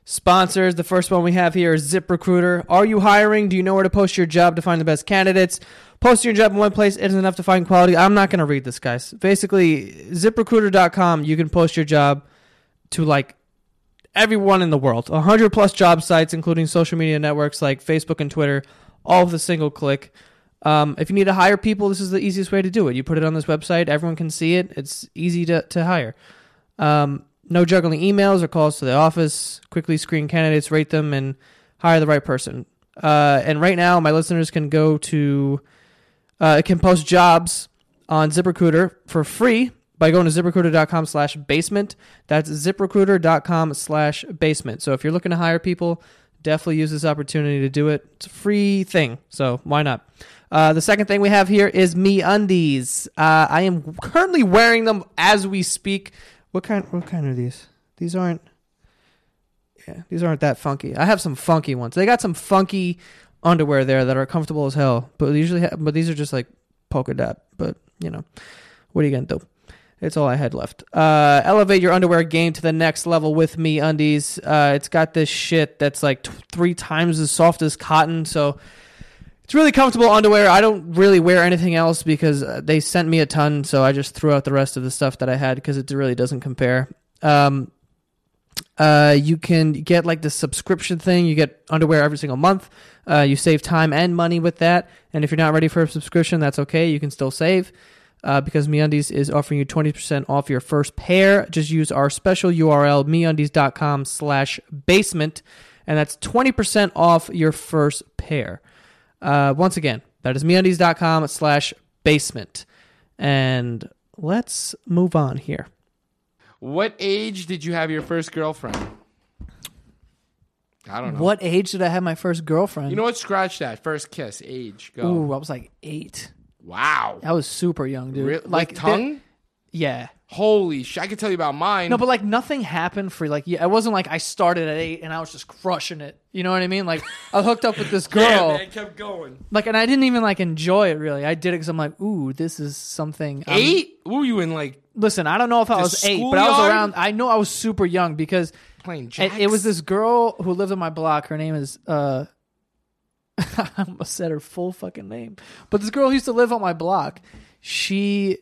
sponsors. The first one we have here is ZipRecruiter. Are you hiring? Do you know where to post your job to find the best candidates? Posting your job in one place isn't enough to find quality. I'm not going to read this, guys. Basically, ziprecruiter.com, you can post your job to like everyone in the world. 100 plus job sites, including social media networks like Facebook and Twitter, all with a single click. Um, if you need to hire people, this is the easiest way to do it. You put it on this website, everyone can see it. It's easy to, to hire. Um, no juggling emails or calls to the office. Quickly screen candidates, rate them, and hire the right person. Uh, and right now, my listeners can go to, uh, can post jobs on ZipRecruiter for free by going to ziprecruiter.com slash basement. That's ziprecruiter.com slash basement. So if you're looking to hire people, definitely use this opportunity to do it. It's a free thing, so why not? Uh, the second thing we have here is Me Undies. Uh, I am currently wearing them as we speak. What kind? What kind are these? These aren't. Yeah, these aren't that funky. I have some funky ones. They got some funky underwear there that are comfortable as hell. But usually, ha- but these are just like polka dot. But you know, what are you gonna do? It's all I had left. Uh, elevate your underwear game to the next level with me undies. Uh, it's got this shit that's like t- three times as soft as cotton, so it's really comfortable underwear. I don't really wear anything else because uh, they sent me a ton, so I just threw out the rest of the stuff that I had because it really doesn't compare. Um, uh, you can get like the subscription thing. You get underwear every single month. Uh, you save time and money with that. And if you're not ready for a subscription, that's okay. You can still save uh, because MeUndies is offering you 20% off your first pair. Just use our special URL, MeUndies.com slash basement, and that's 20% off your first pair. Uh, once again, that is MeUndies.com slash basement. And let's move on here.
What age did you have your first girlfriend? I don't know.
What age did I have my first girlfriend?
You know what? Scratch that. First kiss. Age. Go.
Ooh, I was like eight.
Wow.
I was super young, dude.
Re-
like
like tongue?
there- Yeah.
Holy shit! I could tell you about mine.
No, but like nothing happened for like yeah. It wasn't like I started at eight and I was just crushing it. You know what I mean? Like I hooked up with this girl,
yeah, man, kept going.
like, and I didn't even like enjoy it really. I did it because I'm like, ooh, this is something. I'm-
8 What were you in like
listen, I don't know if I was eight, but I was
schoolyard?
around. I know I was super young because
playing
it,
jacks?
it was this girl who lived on my block. Her name is uh, I almost said her full fucking name, but this girl who used to live on my block. She,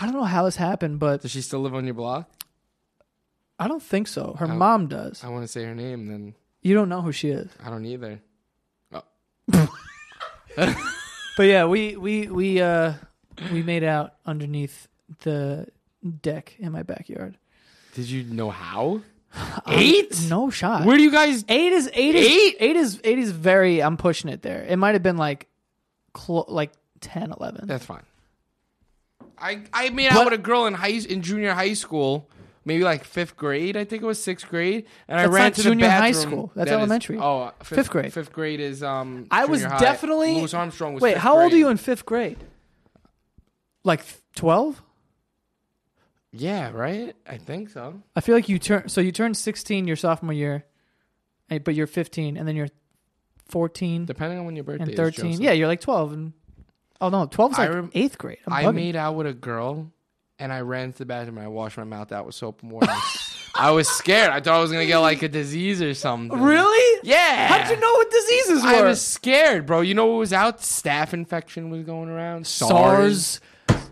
I don't know how this happened, but
Does she still live on your block?
I don't think so. Her mom does.
I want to say her name. Then
You don't know who she is.
I don't either.
But yeah, we we we uh we made out underneath the deck in my backyard.
Did you know how? Um, Eight?
No shot.
Where do you guys?
eight is eight is
Eight?
eight is eight is very I'm pushing it there. It might have been like clo- like 10 11.
That's fine. I I made
But-
out with a girl in high in junior high school. maybe like fifth grade. I think it was sixth grade, and I
That's
ran
not
to
junior
the
high
bathroom.
school. That's
That is-
elementary.
oh, fifth,
Fifth grade.
Fifth grade is um.
I was
junior high.
definitely-
Louis Armstrong was.
Wait,
fifth
how old are
grade.
you in fifth grade? Like twelve?
Yeah, right. I think so.
I feel like you turn so you turn sixteen your sophomore year, eh, but you're fifteen, and then you're fourteen
Depending on when your birthday
and
is,
thirteen.
Joseph.
yeah, you're like twelve and oh no, twelve's
I
like
rem-
eighth grade. I'm
I
bugging.
made out with a girl, and I ran to the bathroom and I washed my mouth out with soap and water. I was scared. I thought I was gonna get like a disease or something.
really?
Yeah.
How'd you know what diseases were?
I was scared, bro. You know what was out? Staph infection was going around.
SARS.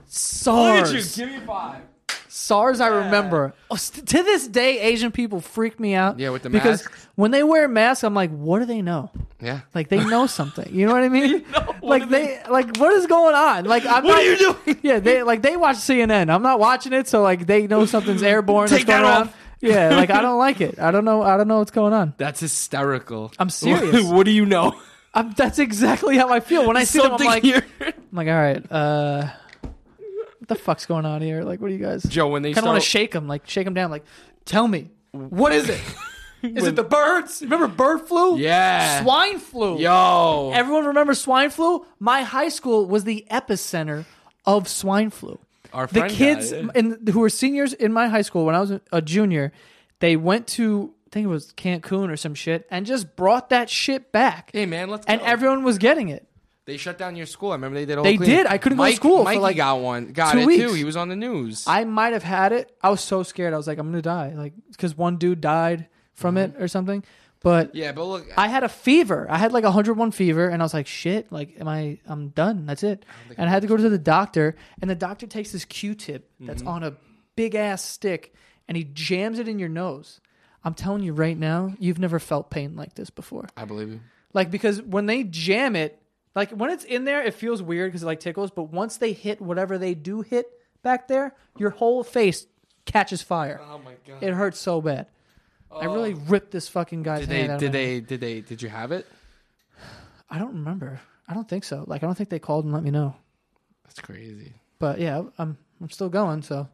SARS.
Give me five.
SARS, I remember. Oh, st- to this day, Asian people freak me out.
Yeah, with the
because
masks.
when they wear masks, I'm like, what do they know?
Yeah.
Like they know something. You know what I mean? like they, like what is going on? Like I'm what not, are you doing? Yeah, they like they watch CNN. I'm not watching it, so like they know something's airborne. that's
Take that
going on.
off.
Yeah, like I don't like it. I don't know. I don't know what's going on.
That's hysterical.
I'm serious.
what do you know?
I'm, that's exactly how I feel when I see them. I'm like,
here.
I'm like, all right, uh, what the fuck's going on here? Like, what are you guys?
Joe, when they
kind of
start,
want to shake them, like shake them down, like tell me what is it? Is it the birds? Remember bird flu?
Yeah.
swine flu.
yo,
Everyone remembers swine flu? My high school was the epicenter of swine flu.
our
The
friend
kids
got it.
in, who were seniors in my high school when I was a junior, they went to I think it was Cancun or some shit and just brought that shit back.
Hey man, let's.
and
go.
everyone was getting it.
they shut down your school. I remember they did. A whole
They
cleanup.
did. I couldn't go to
Mike-
school for,
Mikey
like,
got one. Got
two
it
weeks.
too. He was on the news.
I might have had it. I was so scared. I was like, I'm gonna die, like because one dude died from it or something. But
yeah, but look,
I had a fever. I had like a 101 fever, and I was like, "Shit! Like, am I? I'm done. That's it." And I had to go to the doctor, and the doctor takes this Q-tip that's
Mm-hmm.
on a big ass stick, and he jams it in your nose. I'm telling you right now, you've never felt pain like this before.
I believe you.
Like because when they jam it, like when it's in there, it feels weird because it like tickles. But once they hit whatever they do hit back there, your whole face catches fire.
Oh my god.
It hurts so bad. I really ripped this fucking guy's
Oh. Did
hand
they?
out of
Did
my hand.
they? Did they? Did you have it?
I don't remember. I don't think so. Like I don't think they called and let me know.
That's crazy.
But yeah, I'm I'm still going. So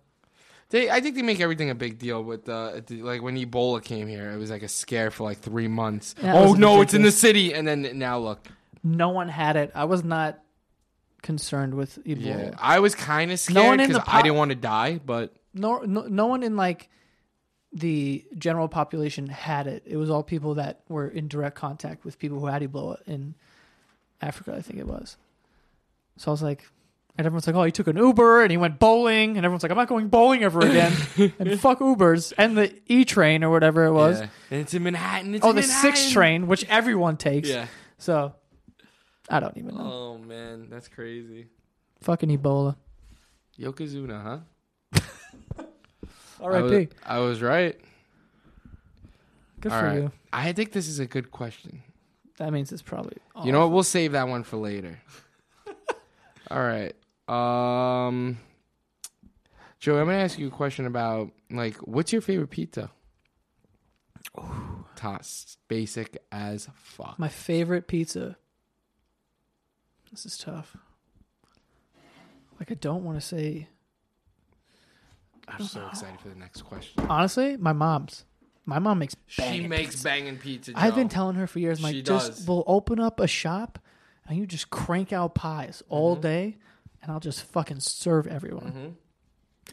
They, I think they make everything a big deal with uh, the- like when Ebola came here, it was like a scare for like three months.
Yeah, it
oh
was
no, it's in the
ridiculous.
city, and then now look.
no one had it. I was not concerned with Ebola.
Yeah, I was kind of
No
scared
one in
because
the
I
po-
didn't want to die, but
No, no no one in like the general population had it. It was all people that were in direct contact with people who had Ebola in Africa, I think it was. So I was like and everyone's like, "Oh, he took an Uber and he went bowling," and everyone's like, "I'm not going bowling ever again." and fuck Ubers and the E train or whatever it was.
Yeah. And it's in Manhattan. It's
Oh,
in
the
Manhattan.
six train, which everyone takes.
Yeah.
So I don't even know.
Oh man, that's crazy.
Fucking Ebola.
Yokozuna, huh? I was,
R.I.P.
I was right.
Good
All
for
right.
you.
I think this is a good question.
That means it's probably.
You know what? We'll save that one for later. All right. Um, Joey, I'm gonna ask you a question about like what's your favorite pizza? Toss basic as fuck.
My favorite pizza. This is tough. Like I don't want to say.
I'm so excited for the next question.
Honestly, my mom's. My mom makes.
She
banging
makes
pizza.
banging pizza.
I've been
Joe.
telling her for years, I'm like,
She
just
does.
we'll open up a shop, and you just crank out pies
Mm-hmm.
all day, and I'll just fucking serve everyone.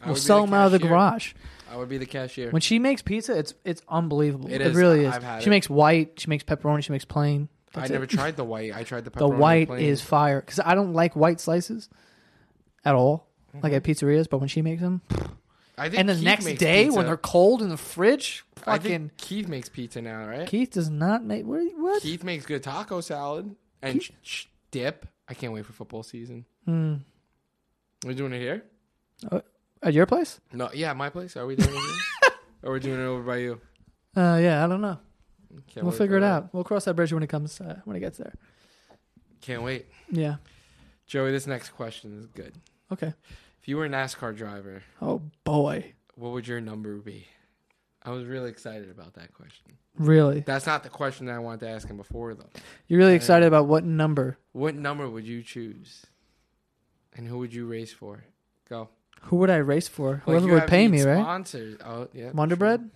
I would
We'll
be
sell them out of the
cashier.
garage.
I would be the cashier.
When she makes pizza, it's it's unbelievable.
It
It,
is.
really is.
I've had
she
it.
makes white. She makes pepperoni. She makes plain.
I
That's
never
it.
tried the white. I tried the pepperoni.
The white
plain.
is fire because I don't like white slices at all, like at pizzerias. But when she makes them,
Mm-hmm. I think
and the
Keith
next
makes
day
pizza.
when they're cold in the fridge,
I
fucking
think Keith makes pizza now, right?
Keith does not make what? what?
Keith makes good taco salad and sh- sh- dip. I can't wait for football season. Are we doing it here?
Hmm. at your place?
No, yeah, my place. Are we doing it here? or we're doing it over by you?
Uh, yeah, I don't know.
Can't
we'll
wait
figure
for
it
that.
out. We'll cross that bridge when it comes uh, when it gets there.
Can't wait.
Yeah.
Joey, this next question is good.
Okay.
If you were a NASCAR driver,
Oh boy,
what would your number be? I was really excited about that question.
really?
That's not the question that I wanted to ask him before, though.
You're really excited about what number?
What number would you choose? And who would you race for? Go.
Who would I race for? Whoever
you
would
have
pay
these
me, right?
Sponsors. Oh, yeah.
Wonder Bread.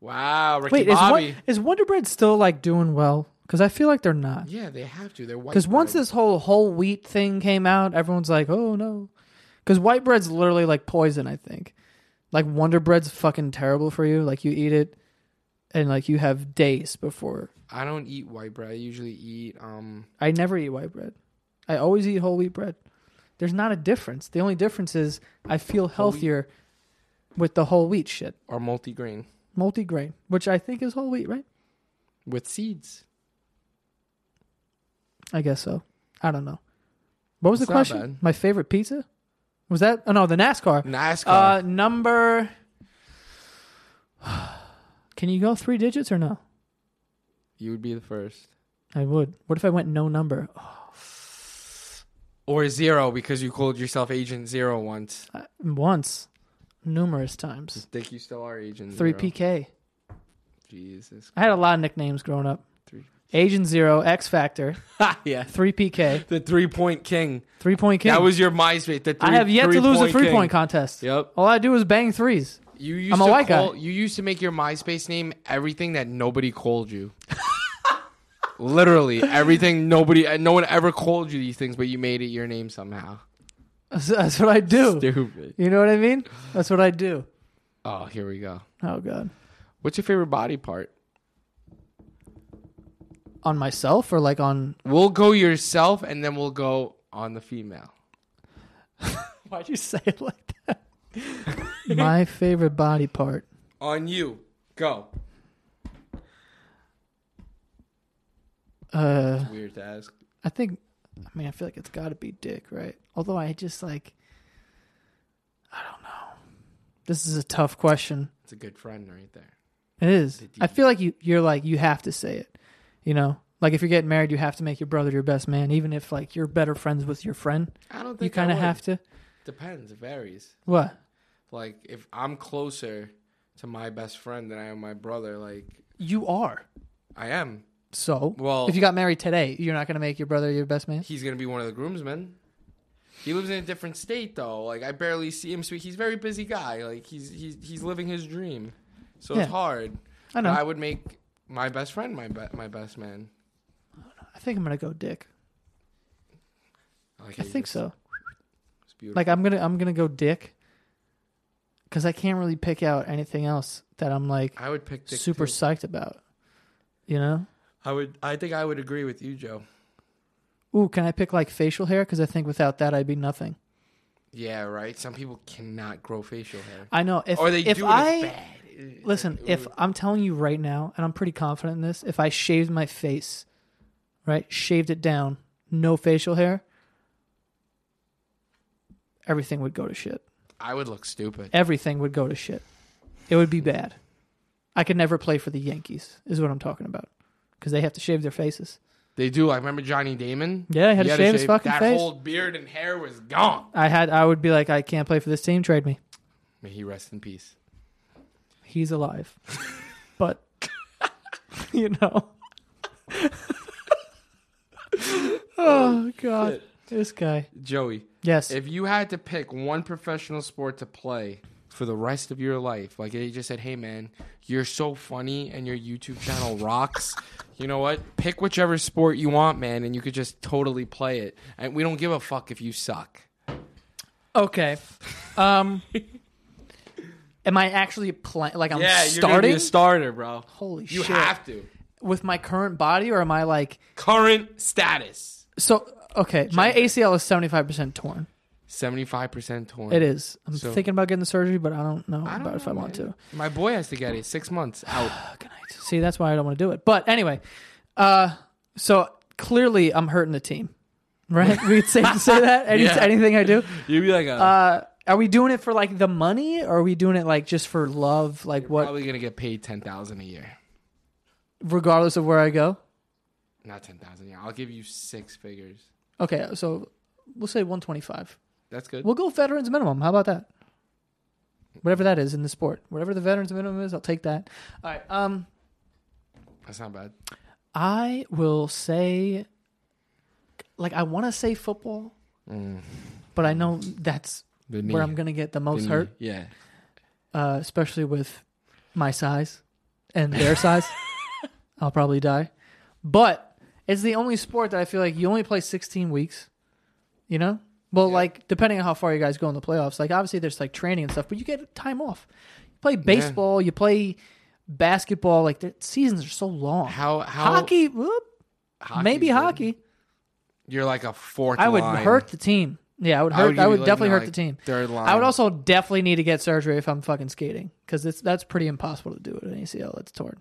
Wow, Ricky
Wait, is, Won-
Bobby.
is Wonder Bread still like doing well? Because I feel like they're not.
yeah, they have to. They're white.
Because once
bread.
this whole whole wheat thing came out, everyone's like, "Oh no," because white bread's literally like poison. I think, like Wonder Bread's fucking terrible for you. Like you eat it, and like you have days before.
I don't eat white bread. I usually eat um
I never eat white bread. I always eat whole wheat bread. There's not a difference. The only difference is I feel healthier with the whole wheat shit,
or multigrain
multigrain, which I think is whole wheat, right?
with seeds.
I guess so. I don't know. What was
It's
the
not
question?
bad.
My favorite pizza? Was that? Oh no, the NASCAR.
NASCAR.
Uh, number. Can you go three digits or no?
you would be the first.
I would. What if I went no number?
Or zero because you called yourself Agent Zero once.
Uh, Once, numerous times.
Think you still are Agent
Three
Zero.
PK.
Jesus.
I had a lot of nicknames growing up.
Three.
Agent Zero, X Factor,
Ha, yeah.
Three PK,
The three point king.
Three Point King.
That was your MySpace. The three,
I have yet to lose a three
king.
point contest.
Yep.
All I do is bang threes.
You used
I'm a
to
white guy.
call, You used to make your MySpace name everything that nobody called you. Literally everything nobody, no one ever called you these things, but you made it your name somehow.
That's, that's what I do.
Stupid.
You know what I mean? That's what I do.
Oh, here we go.
Oh god.
What's your favorite body part?
On myself or like on?
We'll go yourself, and then we'll go on the female.
Why'd you say it like that? My favorite body part.
On you, go.
Uh,
Weird to ask.
I think. I mean, I feel like it's got to be dick, right? Although I just like. I don't know. This is a tough question.
It's a good friend right there.
It is.
Did
I feel like you. You're like you have to say it. You know, like if you're getting married, you have to make your brother your best man, even if like you're better friends with your friend.
I don't think
You kind of have to.
Depends. It varies.
What?
Like if I'm closer to my best friend than I am my brother, like
You are.
I am.
So,
Well-
if you got married today, you're not going to make your brother your best man.
He's gonna be one of the groomsmen. He lives in a different state though. Like I barely see him speak. He's a very busy guy. Like he's he's he's living his dream. So
Yeah.
it's hard.
I know.
I would make my best friend my be- my best man.
I think I'm going to go dick.
Like
I think so.
It's beautiful.
Like I'm gonna I'm gonna go dick. Cause I can't really pick out anything else that I'm like
I would pick Dick
super
too.
psyched about. You know?
I would. I think I would agree with you, Joe.
Ooh, can I pick like facial hair? Because I think without that I'd be nothing.
Yeah, right. Some people cannot grow facial hair,
I know if
or they
if
do
I
it it's bad. It's
listen,
like,
if
ooh.
I'm telling you right now, and I'm pretty confident in this, if I shaved my face, right, shaved it down, no facial hair, everything would go to shit.
I would look stupid.
everything would go to shit. It would be bad. I could never play for the Yankees, is what I'm talking about. Because they have to shave their faces.
They do. I remember Johnny Damon.
Yeah, he had to shave his fucking
that
face.
whole beard and hair was gone.
I had I would be like, I can't play for this team, trade me.
May he rest in peace.
He's alive. but you know. oh god. This guy.
Joey,
Yes.
if you had to pick one professional sport to play for the rest of your life, like they just said, hey man, you're so funny and your YouTube channel rocks. You know what? Pick whichever sport you want, man, and you could just totally play it. And we don't give a fuck if you suck.
okay. Um Am I actually playing like I'm
yeah, you're gonna
starting
be a starter, bro.
Holy
you
shit.
have to.
with my current body or am I like
Current status.
So okay, my ACL is seventy five percent torn.
Seventy-five percent torn.
It is. I'm
So-
thinking about getting the surgery, but I don't know
I don't
about if
know,
I want
man.
to.
My boy has to get it. Six months out.
Oh, good night. See, that's why I don't want to do it. But anyway, uh, so clearly I'm hurting the team, right? We'd safe to say that. Any,
Yeah.
Anything I do.
You'd be like, a,
Uh, are we doing it for like the money, or are we doing it like just for love? Like what?
probably gonna get paid ten thousand a year.
regardless of where I go.
Not ten thousand. Yeah, I'll give you six figures.
Okay, so we'll say one twenty five.
That's good.
We'll go veterans minimum. How about that? Whatever that is in the sport, whatever the veterans minimum is, I'll take that. All right. Um.
That's not bad.
I will say, like, I want to say football, but I know that's
The knee.
where I'm gonna get the
The
most
knee.
hurt,
Yeah.
uh, especially with my size and their size. I'll probably die, but it's the only sport that I feel like you only play 16 weeks. You know, well, like depending on how far you guys go in the playoffs, like obviously there's like training and stuff, but you get time off. You play baseball, you play basketball. Like the seasons are so long.
How how
hockey, whoop,
hockey's
maybe
good.
hockey.
You're like a fourth.
I would
line.
hurt the team. Yeah, I would
I would
hurt. I would,
give you, like,
definitely
no,
hurt the
like,
team.
Third line.
I would also definitely need to get surgery if I'm fucking skating because it's that's pretty impossible to do with an ACL that's torn,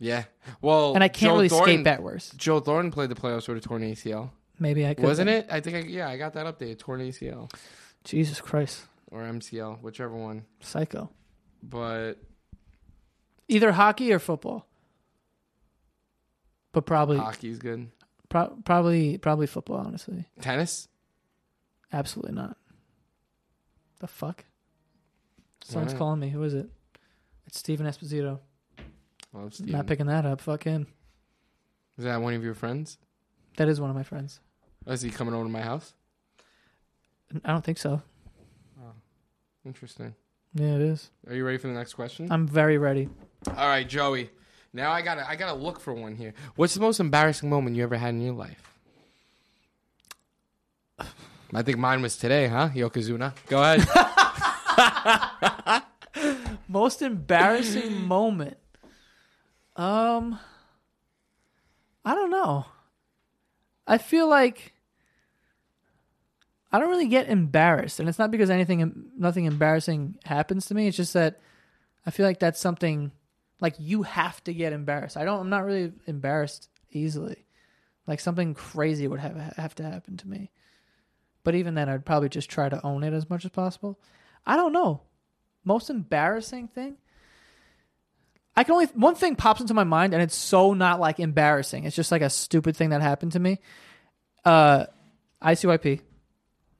Yeah. Well,
and I can't
Joe
really
Thornton,
skate backwards.
Joe Thornton played the playoffs with a torn ACL.
Maybe I could.
Wasn't it? I think I, yeah, I got that updated. Torn ACL
Jesus Christ,
or MCL, whichever one.
psycho.
But
Either hockey or football, but probably
hockey's good.
pro- probably probably football. Honestly,
Tennis?
absolutely not. The fuck?
Why
Someone's
not?
calling me. Who is it? It's Steven Esposito.
Well, it's
Not
Steven.
picking that up. Fuck him.
Is that one of your friends?
That is one of my friends.
Is he coming over to my house?
I don't think so.
Interesting.
Yeah, it is.
Are you ready for the next question?
I'm very ready.
All right, Joey. Now I gotta I gotta look for one here. What's the most embarrassing moment you ever had in your life? I think mine was today, huh? Yokozuna. Go ahead.
Most embarrassing moment. Um, I don't know. I feel like I don't really get embarrassed, and it's not because anything, nothing embarrassing happens to me. It's just that I feel like that's something like you have to get embarrassed. I don't. I'm not really embarrassed easily. Like something crazy would have have to happen to me. But even then, I'd probably just try to own it as much as possible. I don't know. Most embarrassing thing. I can only one thing pops into my mind, and it's so not like embarrassing. It's just like a stupid thing that happened to me. Uh, ICYP,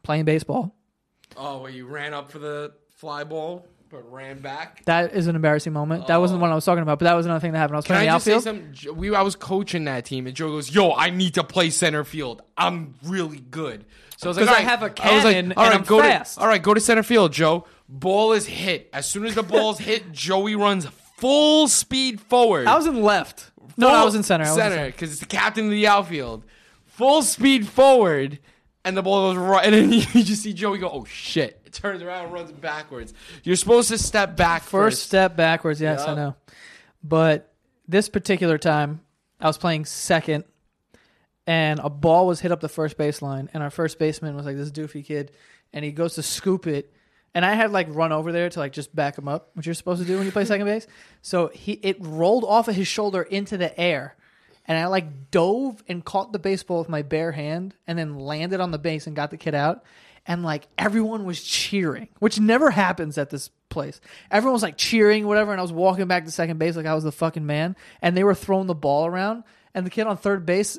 playing baseball.
oh, well, you ran up for the fly ball but ran back.
That is an embarrassing moment. That wasn't the one I was talking about, but that was another thing that happened. I was
Can
playing
I
the
just
outfield.
say something? Jo- We I was coaching that team, and Joe goes, "Yo, I need to play center field. I'm really good." So I was like,
'Cause
all
I
right.
have a
was
cannon
all
and
right,
I'm
go
fast."
To, all right, go to center field, Joe. Ball is hit. As soon as the ball's hit, Joey runs full speed forward.
I was in left. No, no, I
Full-
was in center. I was in
center, because it's the captain of the outfield. Full speed forward, and the ball goes right. And then you just see Joey go, "Oh shit!" It turns around, and runs backwards. You're supposed to step back
First
first.
step backwards. Yes,
Yeah.
I know. But this particular time, I was playing second, and a ball was hit up the first baseline, and our first baseman was like this doofy kid, and he goes to scoop it, and I had like run over there to like just back him up, which you're supposed to do when you play second base. So he it rolled off of his shoulder into the air. And I like dove and caught the baseball with my bare hand and then landed on the base and got the kid out. And like everyone was cheering, which never happens at this place. Everyone was like cheering, whatever. And I was walking back to second base like I was the fucking man. And they were throwing the ball around. And the kid on third base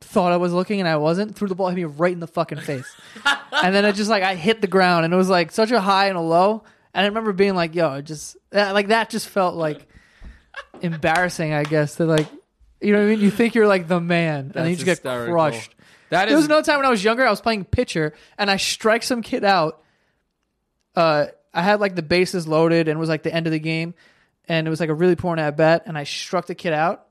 thought I was looking and I wasn't, threw the ball at me right in the fucking face. and then I just like I hit the ground and it was like such a high and a low. And I remember being like, yo, it just that- like that just felt like embarrassing, I guess. That like you know what I mean? You think you're like the man and then you
That's
just get
hysterical.
crushed.
That
There was
is
another time when I was younger, I was playing pitcher and I strike some kid out. Uh I had like the bases loaded and it was like the end of the game and it was like a really poor at bat and I struck the kid out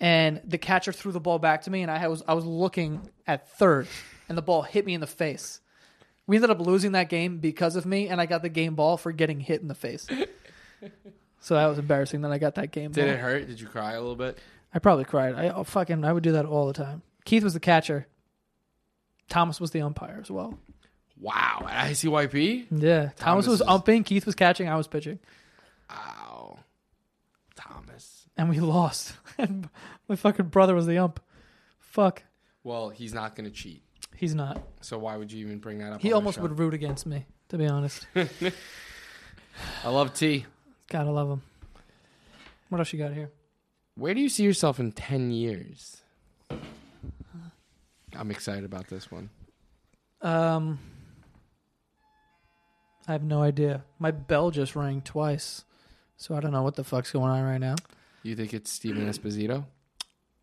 and the catcher threw the ball back to me, and I was I was looking at third, and the ball hit me in the face. We ended up losing that game because of me, and I got the game ball for getting hit in the face. so that was embarrassing. Then I got that game
Did
ball.
it hurt? Did you cry a little bit?
I probably cried. I oh, fucking I would do that all the time. Keith was the catcher. Thomas was the umpire as well.
Wow, at ICYP?
Yeah, Thomas,
Thomas
was
is-
umping, Keith was catching, I was pitching,
Wow. Thomas.
and we lost. and my fucking brother was the ump. Fuck,
Well, he's not going to cheat.
he's not.
So why would you even bring that up?
He
on the
almost
show?
would root against me, to be honest.
I love tea.
Gotta love him. What else you got here?
Where do you see yourself in 10 years? I'm excited about this one.
Um, I have no idea. My bell just rang twice, so I don't know what the fuck's going on right now.
You think it's Steven Esposito?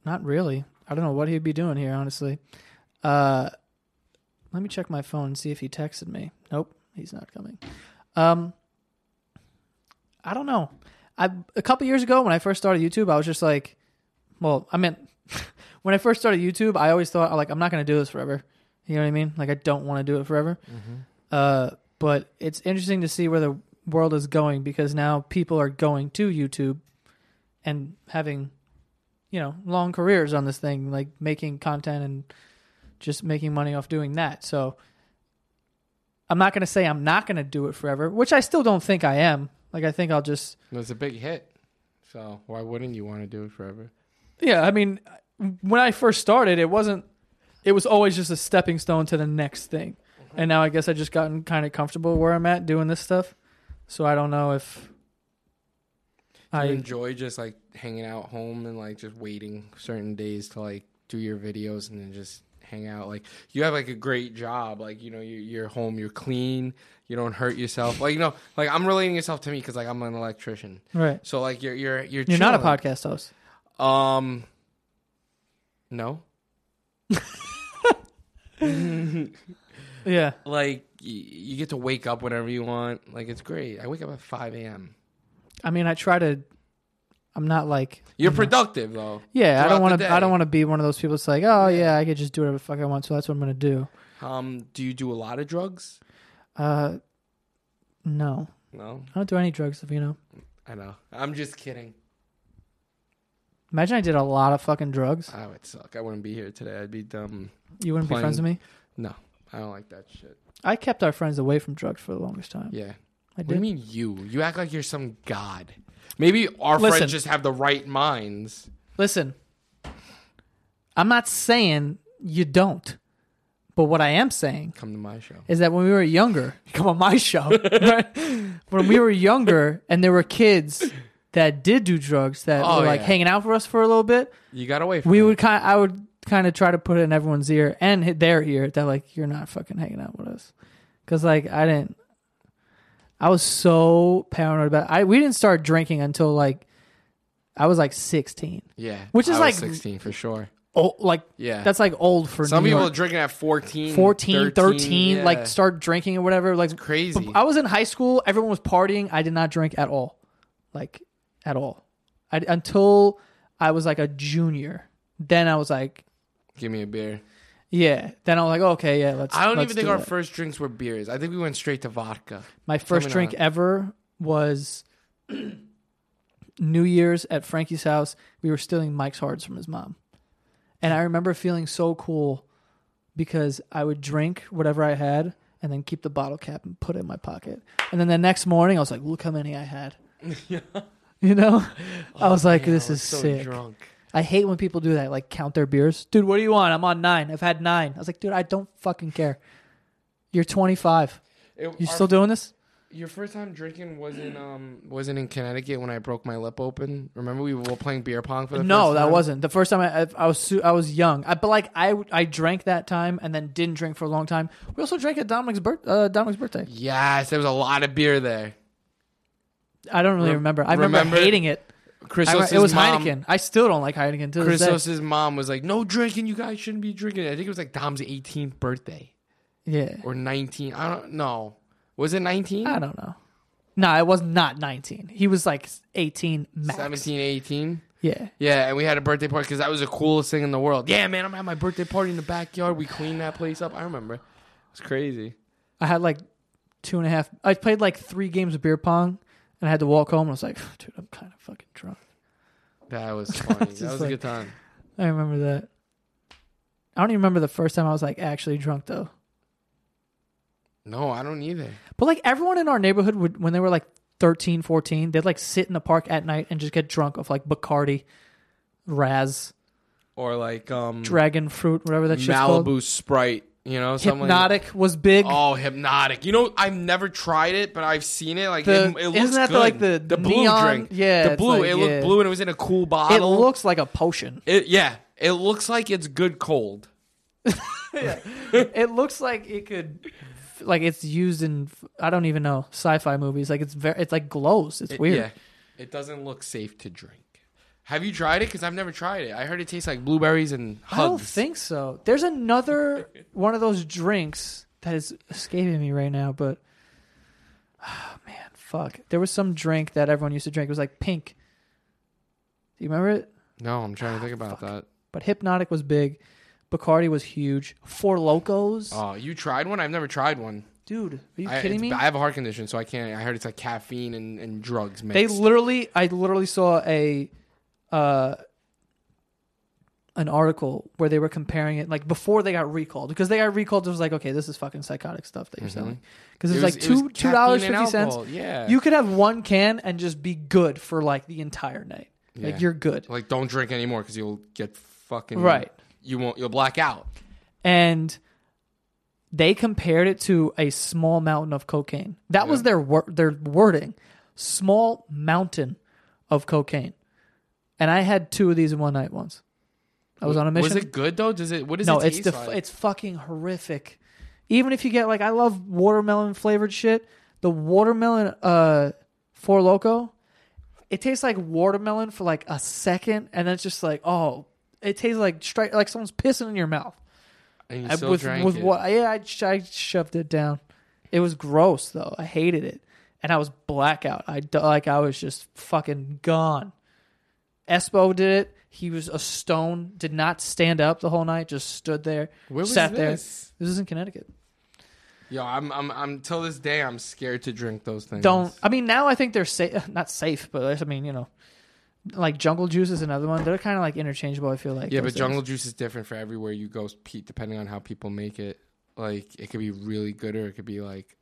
Not really. I don't know what he'd be doing here, honestly. Uh, let me check my phone and see if he texted me. Nope, he's not coming. Um, I don't know. I a couple years ago when I first started YouTube, I was just like, well, I meant when I first started YouTube, I always thought like I'm not going to do this forever. You know what I mean? Like I don't want to do it forever.
Mm-hmm.
Uh, but it's interesting to see where the world is going because now people are going to YouTube and having you know long careers on this thing like making content and just making money off doing that so i'm not going to say i'm not going to do it forever which i still don't think i am like i think i'll just
It was a big hit. So why wouldn't you want to do it forever?
yeah i mean when i first started it wasn't it was always just a stepping stone to the next thing
Mm-hmm.
and now i guess i just gotten kind of comfortable where i'm at doing this stuff so i don't know if
Do
i
you enjoy just like hanging out home and like just waiting certain days to like do your videos and then just hang out. Like you have like a great job. Like you know you, you're home. You're clean. You don't hurt yourself. Like you know like I'm relating yourself to me because like I'm an electrician.
right
So like you're you're you're
you're not a
chilling.
podcast host
Um, no. Mm-hmm.
yeah
Like y- you get to wake up whenever you want. Like it's great. I wake up at five a.m.
I mean, I try to. I'm not like
You're productive though.
yeah. I
throughout
don't want
the
to. I
day.
don't want to be one of those people that's like, oh yeah. I could just do whatever the fuck I want. So that's what I'm gonna do.
Um, do you do a lot of drugs?
Uh, no,
No,
I don't do any drugs. If you know,
I know. I'm just kidding.
imagine I did a lot of fucking drugs.
I would suck. I wouldn't be here today. I'd be dumb.
You wouldn't be friends with me.
No, I don't like that shit.
I kept our friends away from drugs for the longest time.
Yeah.
I
What do you
did.
mean you? You act like you're some god. Maybe our
Listen.
friends just have the right minds.
Listen, I'm not saying you don't, but what I am saying
Come to my show.
is that when we were younger, come on my show, right? when we were younger and there were kids that did do drugs that
Oh,
were like
yeah.
hanging out for us for a little bit,
You got away from
we
it.
would kind I would kind of try to put it in everyone's ear and hit their ear that like you're not fucking hanging out with us. Cuz like I didn't I was so paranoid about I we didn't start drinking until like I was like 16.
Yeah.
Which is
I was
like-
16 for sure.
Oh, like
Yeah.
that's like old for
Some
New
people
York.
are drinking at 14,
14, 13,
13, yeah.
like start drinking or whatever. Like
crazy.
I was in high school. Everyone was partying. I did not drink at all, like at all, I, until I was like a junior. Then I was like,
Give me a beer.
yeah. Then I was like, okay, yeah. Let's.
I don't
let's
even think
do
our
that.
first drinks were beers. I think we went straight to vodka.
my first
me
drink
not.
ever was New Year's at Frankie's house. We were stealing Mike's Hards from his mom, and I remember feeling so cool because I would drink whatever I had and then keep the bottle cap and put it in my pocket. And then the next morning, I was like, look how many I had. You know, I was like,
Oh, Man,
this
I was
is
so
sick.
drunk.
I hate when people do that, like count their beers. Dude, what do you want? I'm on nine. I've had nine. I was like, dude, I don't fucking care. You're 25.
It-
You
our-
still doing this?
your first time drinking wasn't um wasn't in Connecticut when I broke my lip open. Remember we were playing beer pong for the
No,
first
that
time?
wasn't the first time. I, I, I was su- I was young, I, but like I I drank that time and then didn't drink for a long time. We also drank at Dominic's birth uh, Dominic's birthday.
Yes, there was a lot of beer there.
I don't really
Rem-
remember. I remember,
remember?
hating it. I re-
Chrisos'
it was
mom,
Heineken. I still don't like Heineken to this day.
Chrisos' mom was like, "No drinking. You guys shouldn't be drinking." I think it was like Dom's 18th birthday
Yeah,
or 19. I don't know. Was it 19?
I don't know. No, it was not 19. He was like 18 max.
17, 18.
Yeah,
Yeah, and we had a birthday party because that was the coolest thing in the world. Yeah, man, I'm at my birthday party in the backyard. We cleaned that place up. I remember. It's crazy.
I had like two and a half. I played like three games of beer pong, and I had to walk home. And I was like, dude, I'm kind of fucking drunk.
That was funny. that was a
like-
good time.
I remember that. I don't even remember the first time I was like actually drunk though.
No, I don't either.
But like everyone in our neighborhood would when they were like 13, 14, they'd like sit in the park at night and just get drunk off like Bacardi, Raz,
Or like um
Dragon Fruit, whatever that shit's
Malibu
called.
Sprite. You know, something like that.
Hypnotic was big.
Oh, hypnotic! You know, I've never tried it, but I've seen it. Like
The-
it, it looks
isn't that the,
good.
like, the
blue
neon-
drink?
yeah,
the
it's
blue.
like-
it looked
yeah.
blue, and it was in a cool
it
bottle.
looks like a potion.
It- yeah, it looks like it's good cold.
it looks like it could like it's used in I don't even know sci-fi movies. Like it's very it's like glows. It's
It-
weird.
Yeah, it doesn't look safe to drink. Have you tried it? Because I've never tried it. I heard it tastes like blueberries and
I don't
hugs.
think so. There's another one of those drinks that is escaping me right now, but oh man, fuck. There was some drink that everyone used to drink. It was like pink. Do you remember it?
No, I'm trying to think
Ah,
about that.
But Hypnotic was big. Bacardi was huge. Four Locos,
Oh, you tried one? I've never tried one.
dude. Are you
I,
kidding
it's-
me?
I have a heart condition, so I can't. I heard it's like caffeine and, and drugs mixed.
They literally, I literally saw a, uh, an article where they were comparing it like before they got recalled because they got recalled. It was like, okay, this is fucking psychotic stuff that you're selling because it's
Mm-hmm. It
like
was- it was
two two dollars
caffeine
fifty
and
cents.
alcohol, Yeah,
You could have one can and just be good for like the entire night.
Yeah.
Like you're good,
like don't drink anymore because you'll get fucking
Right.
You won't. You'll black out.
and they compared it to a small mountain of cocaine. That was their wor- their wording, small mountain of cocaine. And I had two of these in one night once. I was on a mission.
Was it good though? Does it? What does
no,
it
it's
taste
def-
like?
it's fucking horrific. Even if you get like I love watermelon flavored shit, the watermelon uh four loco, it tastes like watermelon for like a second, and then it's just like oh, it tastes like straight like someone's pissing in your mouth.
and you
I-
still
with
drank
with
it.
what? Yeah, I, sh- I shoved it down. It was gross though. I hated it, and I was blackout. I d- like I was just fucking gone. Espo did it. He was a stone. Did not stand up the whole night. Just stood there.
Where was
sat there.
this?
This is in Connecticut.
Yo, I'm I'm I'm till this day I'm scared to drink those things.
Don't. I mean, now I think they're safe. Not safe, but I mean, you know, like jungle juice is another one. They're kind of like interchangeable. I feel like.
Yeah,
those
but
days.
jungle juice is different for everywhere you go, Pete. Depending on how people make it, like it could be really good or it could be like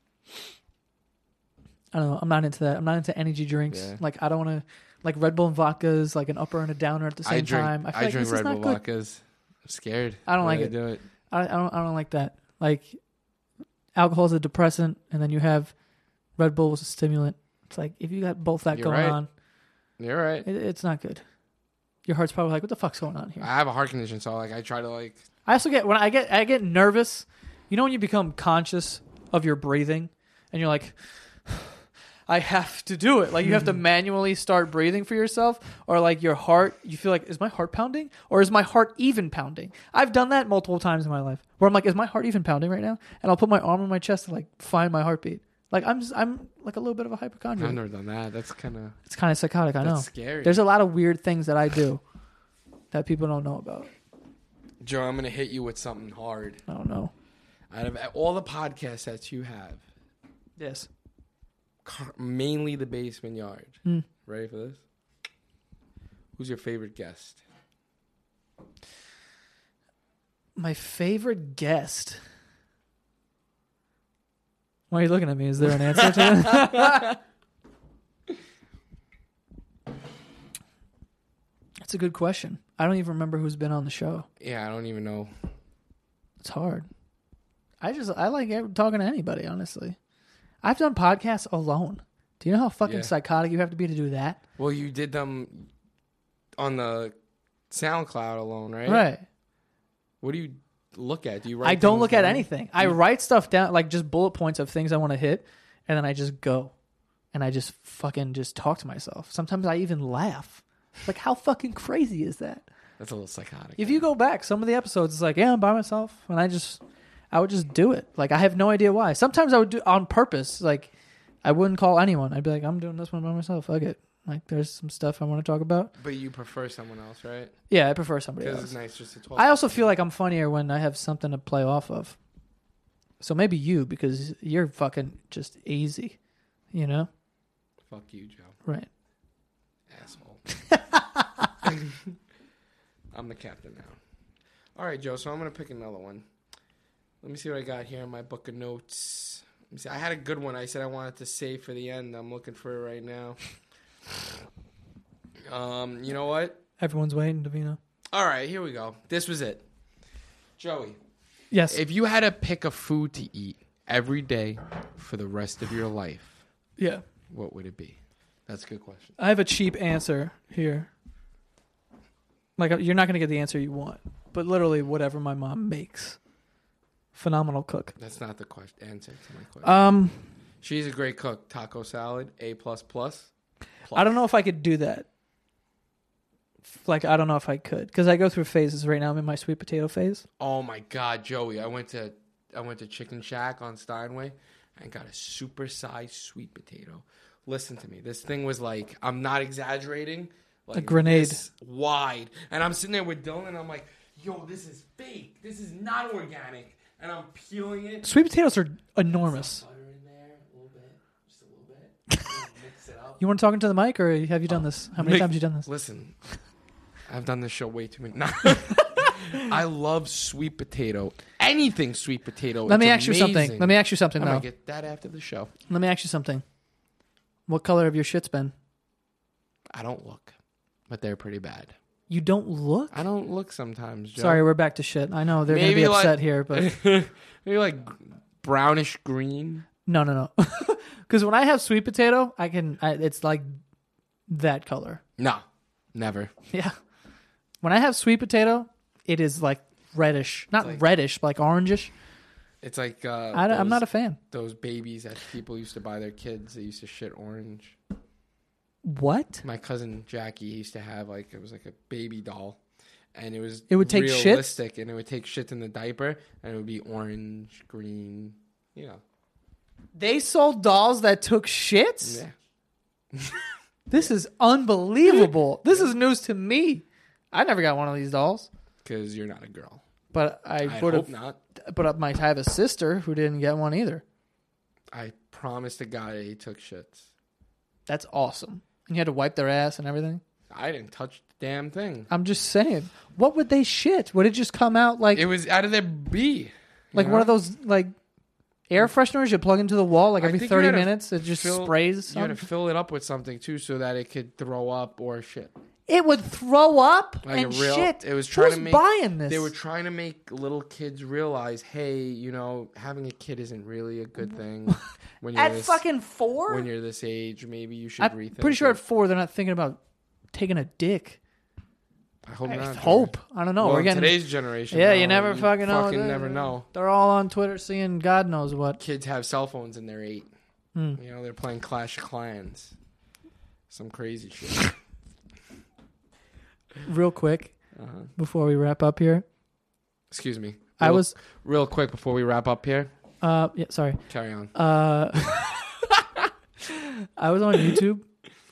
I don't know. I'm not into that. I'm not into energy drinks.
Yeah.
Like I don't want to. Like Red Bull and vodka is like an upper and a downer at the same
I drink.
time. I feel like
drink
this
Red
is not
Bull
good.
vodkas. I'm scared.
I don't
when
like it.
Do it.
I, I don't. I don't like that. Like alcohol is a depressant, and then you have Red Bull was a stimulant. It's like if you got both that
You're
going
right.
on,
You're right.
it, it's not good. Your heart's probably like, what the fuck's going on here?
I have a heart condition, so like I try to like
I also get when I get I get nervous. You know when you become conscious of your breathing, and you're like, I have to do it. Like you have to
Hmm.
manually start breathing for yourself, or like your heart. You feel like is my heart pounding, or is my heart even pounding? I've done that multiple times in my life, where I'm like, is my heart even pounding right now? And I'll put my arm on my chest to like find my heartbeat. Like I'm just, I'm like a little bit of a hypochondriac.
I've never done that. That's kind of
It's kind of psychotic. Hmm. I know.
that's scary.
There's a lot of weird things that I do that people don't know about.
Joe, I'm gonna hit you with something hard.
I don't know.
Out of e, all the podcasts that you have,
Yes.
car- mainly the basement yard.
Hmm.
Ready for this? Who's your favorite guest?
My favorite guest. Why are you looking at me? Is there an answer to that? That's a good question. I don't even remember who's been on the show.
Yeah, I don't even know.
It's hard. I just I like ev- talking to anybody, honestly. I've done podcasts alone. Do you know how fucking
Yeah.
psychotic you have to be to do that?
Well, you did them on the SoundCloud alone, right?
Right.
What do you look at? Do you write?
I don't
things
look at
down?
anything. I write stuff down, like just bullet points of things I want to hit, and then I just go, and I just fucking just talk to myself. Sometimes I even laugh. Like how fucking crazy is that?
That's a little psychotic.
If you go back, some of the episodes, it's like yeah, I'm by myself, and I just, I would just do it. Like I have no idea why. Sometimes I would do on purpose. Like I wouldn't call anyone. I'd be like, I'm doing this one by myself. Fuck it. Like there's some stuff I want to talk about.
but you prefer someone else, right?
Yeah, I prefer somebody
Because
else.
it's nice just to talk.
I also feel like I'm funnier when I have something to play off of. So maybe you, because you're fucking just easy, you know?
Fuck you, Joe,
Right.
asshole. I'm the captain now. All right, Joe. So I'm gonna pick another one. Let me see what I got here in my book of notes. Let me see. I had a good one. I said I wanted to save for the end. I'm looking for it right now. Um, you know what?
Everyone's waiting, Davina.
All right, here we go. This was it. Joey,
Yes.
if you had to pick a food to eat every day for the rest of your life,
yeah.
what would it be? That's a good question.
I have a cheap answer here. Like, uh, you're not going to get the answer you want, but literally, whatever my mom makes. Phenomenal cook.
That's not the question answer to my question.
Um,
She's a great cook. Taco salad, A plus plus.
I don't know if I could do that. F- Like, I don't know if I could, because I go through phases right now. I'm in my sweet potato phase.
Oh my god, Joey! I went to I went to Chicken Shack on Steinway and got a supersized sweet potato. Listen to me. This thing was like I'm not exaggerating. Like
A grenade.
this wide, and I'm sitting there with Dylan, and I'm like, "Yo, this is fake. This is not organic." And I'm peeling it.
Sweet potatoes are enormous.
Butter in there, a little bit, just a little bit. Mix it up.
You want to talk into the mic, or have you done this? How many
Nick-
times you done this?
Listen, I've done this show way too many. I love sweet potato. Anything sweet potato.
Let me
Oh, it's
ask you
amazing.
something. Let me ask you
I'm
something
gonna
though.
get that after the show.
Let me ask you something. What color have your shits been?
I don't look, but they're pretty bad.
You don't look.
I don't look sometimes. Joe.
Sorry, we're back to shit. I know they're
Maybe
gonna be
like-
upset here, but
maybe like brownish green.
no, no, no. Because when I have sweet potato, I can. I, it's like that color.
No, never.
Yeah. When I have sweet potato, it is like reddish, not
like-
reddish, but like orangish.
It's like uh,
I,
those,
am not a fan.
those babies that people used to buy their kids. They used to shit orange.
What?
my cousin Jackie used to have like it was like a baby doll, and it was
It would take shits?
realistic, and it would take shits in the diaper, and it would be orange, green, you know.
They sold dolls that took shits.
Yeah.
This is unbelievable. this is news to me. I never got one of these dolls,
Because you're not a girl.
but
I
I would
hope
have.
not.
But I might have a sister who didn't get one either.
I promise to God he took shits.
That's awesome. And you had to wipe their ass and everything.
I didn't touch the damn thing.
I'm just saying, what would they shit? Would it just come out like
It was out of their bee.
like one of those like air fresheners you plug into the wall like
I
every
think you
30
had to
minutes? It just
fill-
sprays.
You had to
Something.
fill it up with something too, so that it could throw up or shit.
it would throw up
Like
and
a real,
shit.
It was trying
Who's
to make
buying this?
They were trying to make little kids realize, hey, you know, having a kid isn't really a good thing. When you're
at
this,
fucking four.
when you're this age, maybe you should
I'm
rethink.
pretty sure
it.
at four they're not thinking about taking a dick.
I hope
I
not.
hope. I don't know.
Well,
We're
in
getting
today's generation.
yeah.
no,
you never fucking know.
Fucking
They're-
never know.
They're all on Twitter seeing God knows what.
Kids have cell phones and they're eight.
Hmm.
You know, they're playing Clash of Clans. Some crazy shit.
Real quick
Uh-huh.
before we wrap up here,
Excuse me. Real,
I was
real quick before we wrap up here.
uh yeah sorry
Carry on.
uh I was on YouTube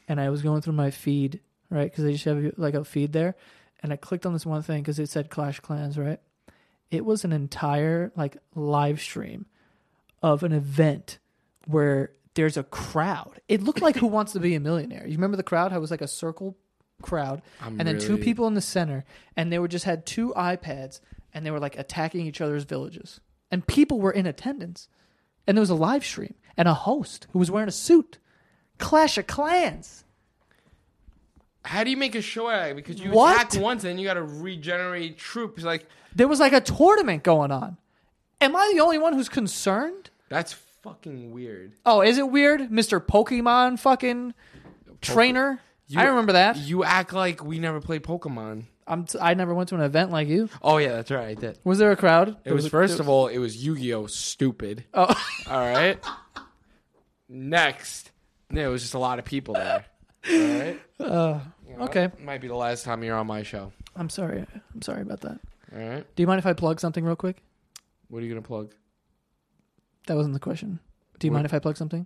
and I was going through my feed right because they just have like a feed there, and I clicked on this one thing because it said Clash Clans right. It was an entire like live stream of an event where there's a crowd. It looked like Who Wants to Be a Millionaire. You remember the crowd? How it was like a circle crowd,
I'm
and then two
really-
people in the center, and they were just had two iPads, and they were like attacking each other's villages, and people were in attendance, and there was a live stream and a host who was wearing a suit. Clash of Clans.
How do you make a show out of it? Because you
What?
attack once and you got to regenerate troops. Like
There was like a tournament going on. Am I the only one who's concerned?
that's fucking weird.
Oh, is it weird, Mister Pokemon fucking trainer? I remember that.
You act like we never played Pokemon.
I'm t- I never went to an event like you.
Oh yeah, that's right. I did.
Was there a crowd?
It was first of all, it was Yu-Gi-Oh. Stupid.
Oh,
All right. Next, there was just a lot of people there. All right. You know,
okay.
Might be the last time you're on my show.
I'm sorry. I'm sorry about that.
All right.
Do you mind if I plug something real quick?
What are you gonna plug?
That wasn't the question. Do you
What-
mind if I plug something?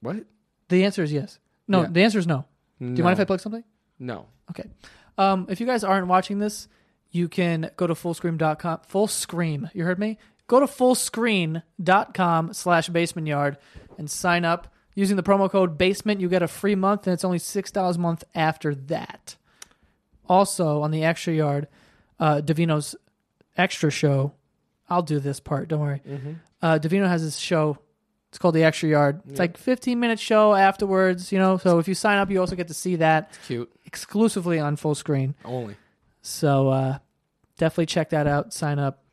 What?
The answer is yes. No,
Yeah.
the answer is no.
Do
Do you mind if I plug something?
No.
Okay. Um, if you guys aren't watching this, you can go to fullscreen.com. Full Scream. You heard me? Go to fullscreen.com slash basement yard and sign up. Using the promo code basement, you get a free month, and it's only $6 a month after that. Also, on the extra yard, uh, Davino's extra show. I'll do this part, don't worry.
Mm-hmm.
Uh, Davino has his show. It's called The Extra Yard. It's like 15 minute show afterwards, you know. So if you sign up, you also get to see that
Cute.
exclusively on full screen.
Only.
So uh, definitely check that out. Sign up.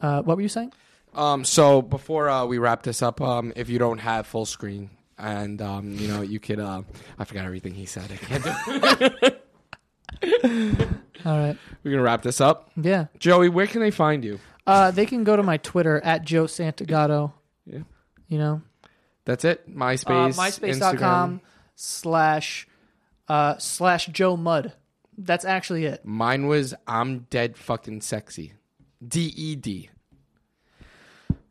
Uh, what were you saying?
Um, so before uh, we wrap this up, um, if you don't have full screen, and um, you know you could, uh, I forgot everything he said. I can't do.
All right.
We're gonna wrap this up.
Yeah.
Joey, where can they find you?
Uh, they can go to my Twitter at Joe Santagato.
Yeah.
You know,
That's it.
uh,
MySpace,
myspace.com
Instagram.
slash uh, slash Joe Mud. That's actually it.
Mine was I'm dead fucking sexy. D E D.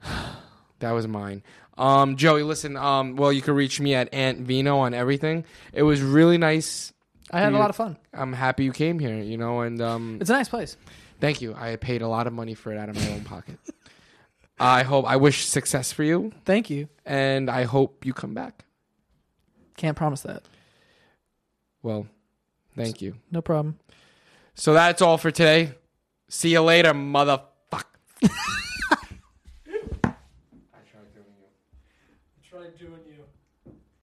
That was mine. Um, Joey, listen. Um, well, you can reach me at Aunt Vino on everything. It was really nice.
I had a
You-
lot of fun.
I'm happy you came here. You know, and um,
It's a nice place.
thank you. I paid a lot of money for it out of my own pocket. I hope. I wish success for you,
Thank you.
and I hope you come back.
Can't promise that.
Well, thank you.
No problem.
So that's all for today. See you later, motherfuck. I tried doing you.
Try doing you.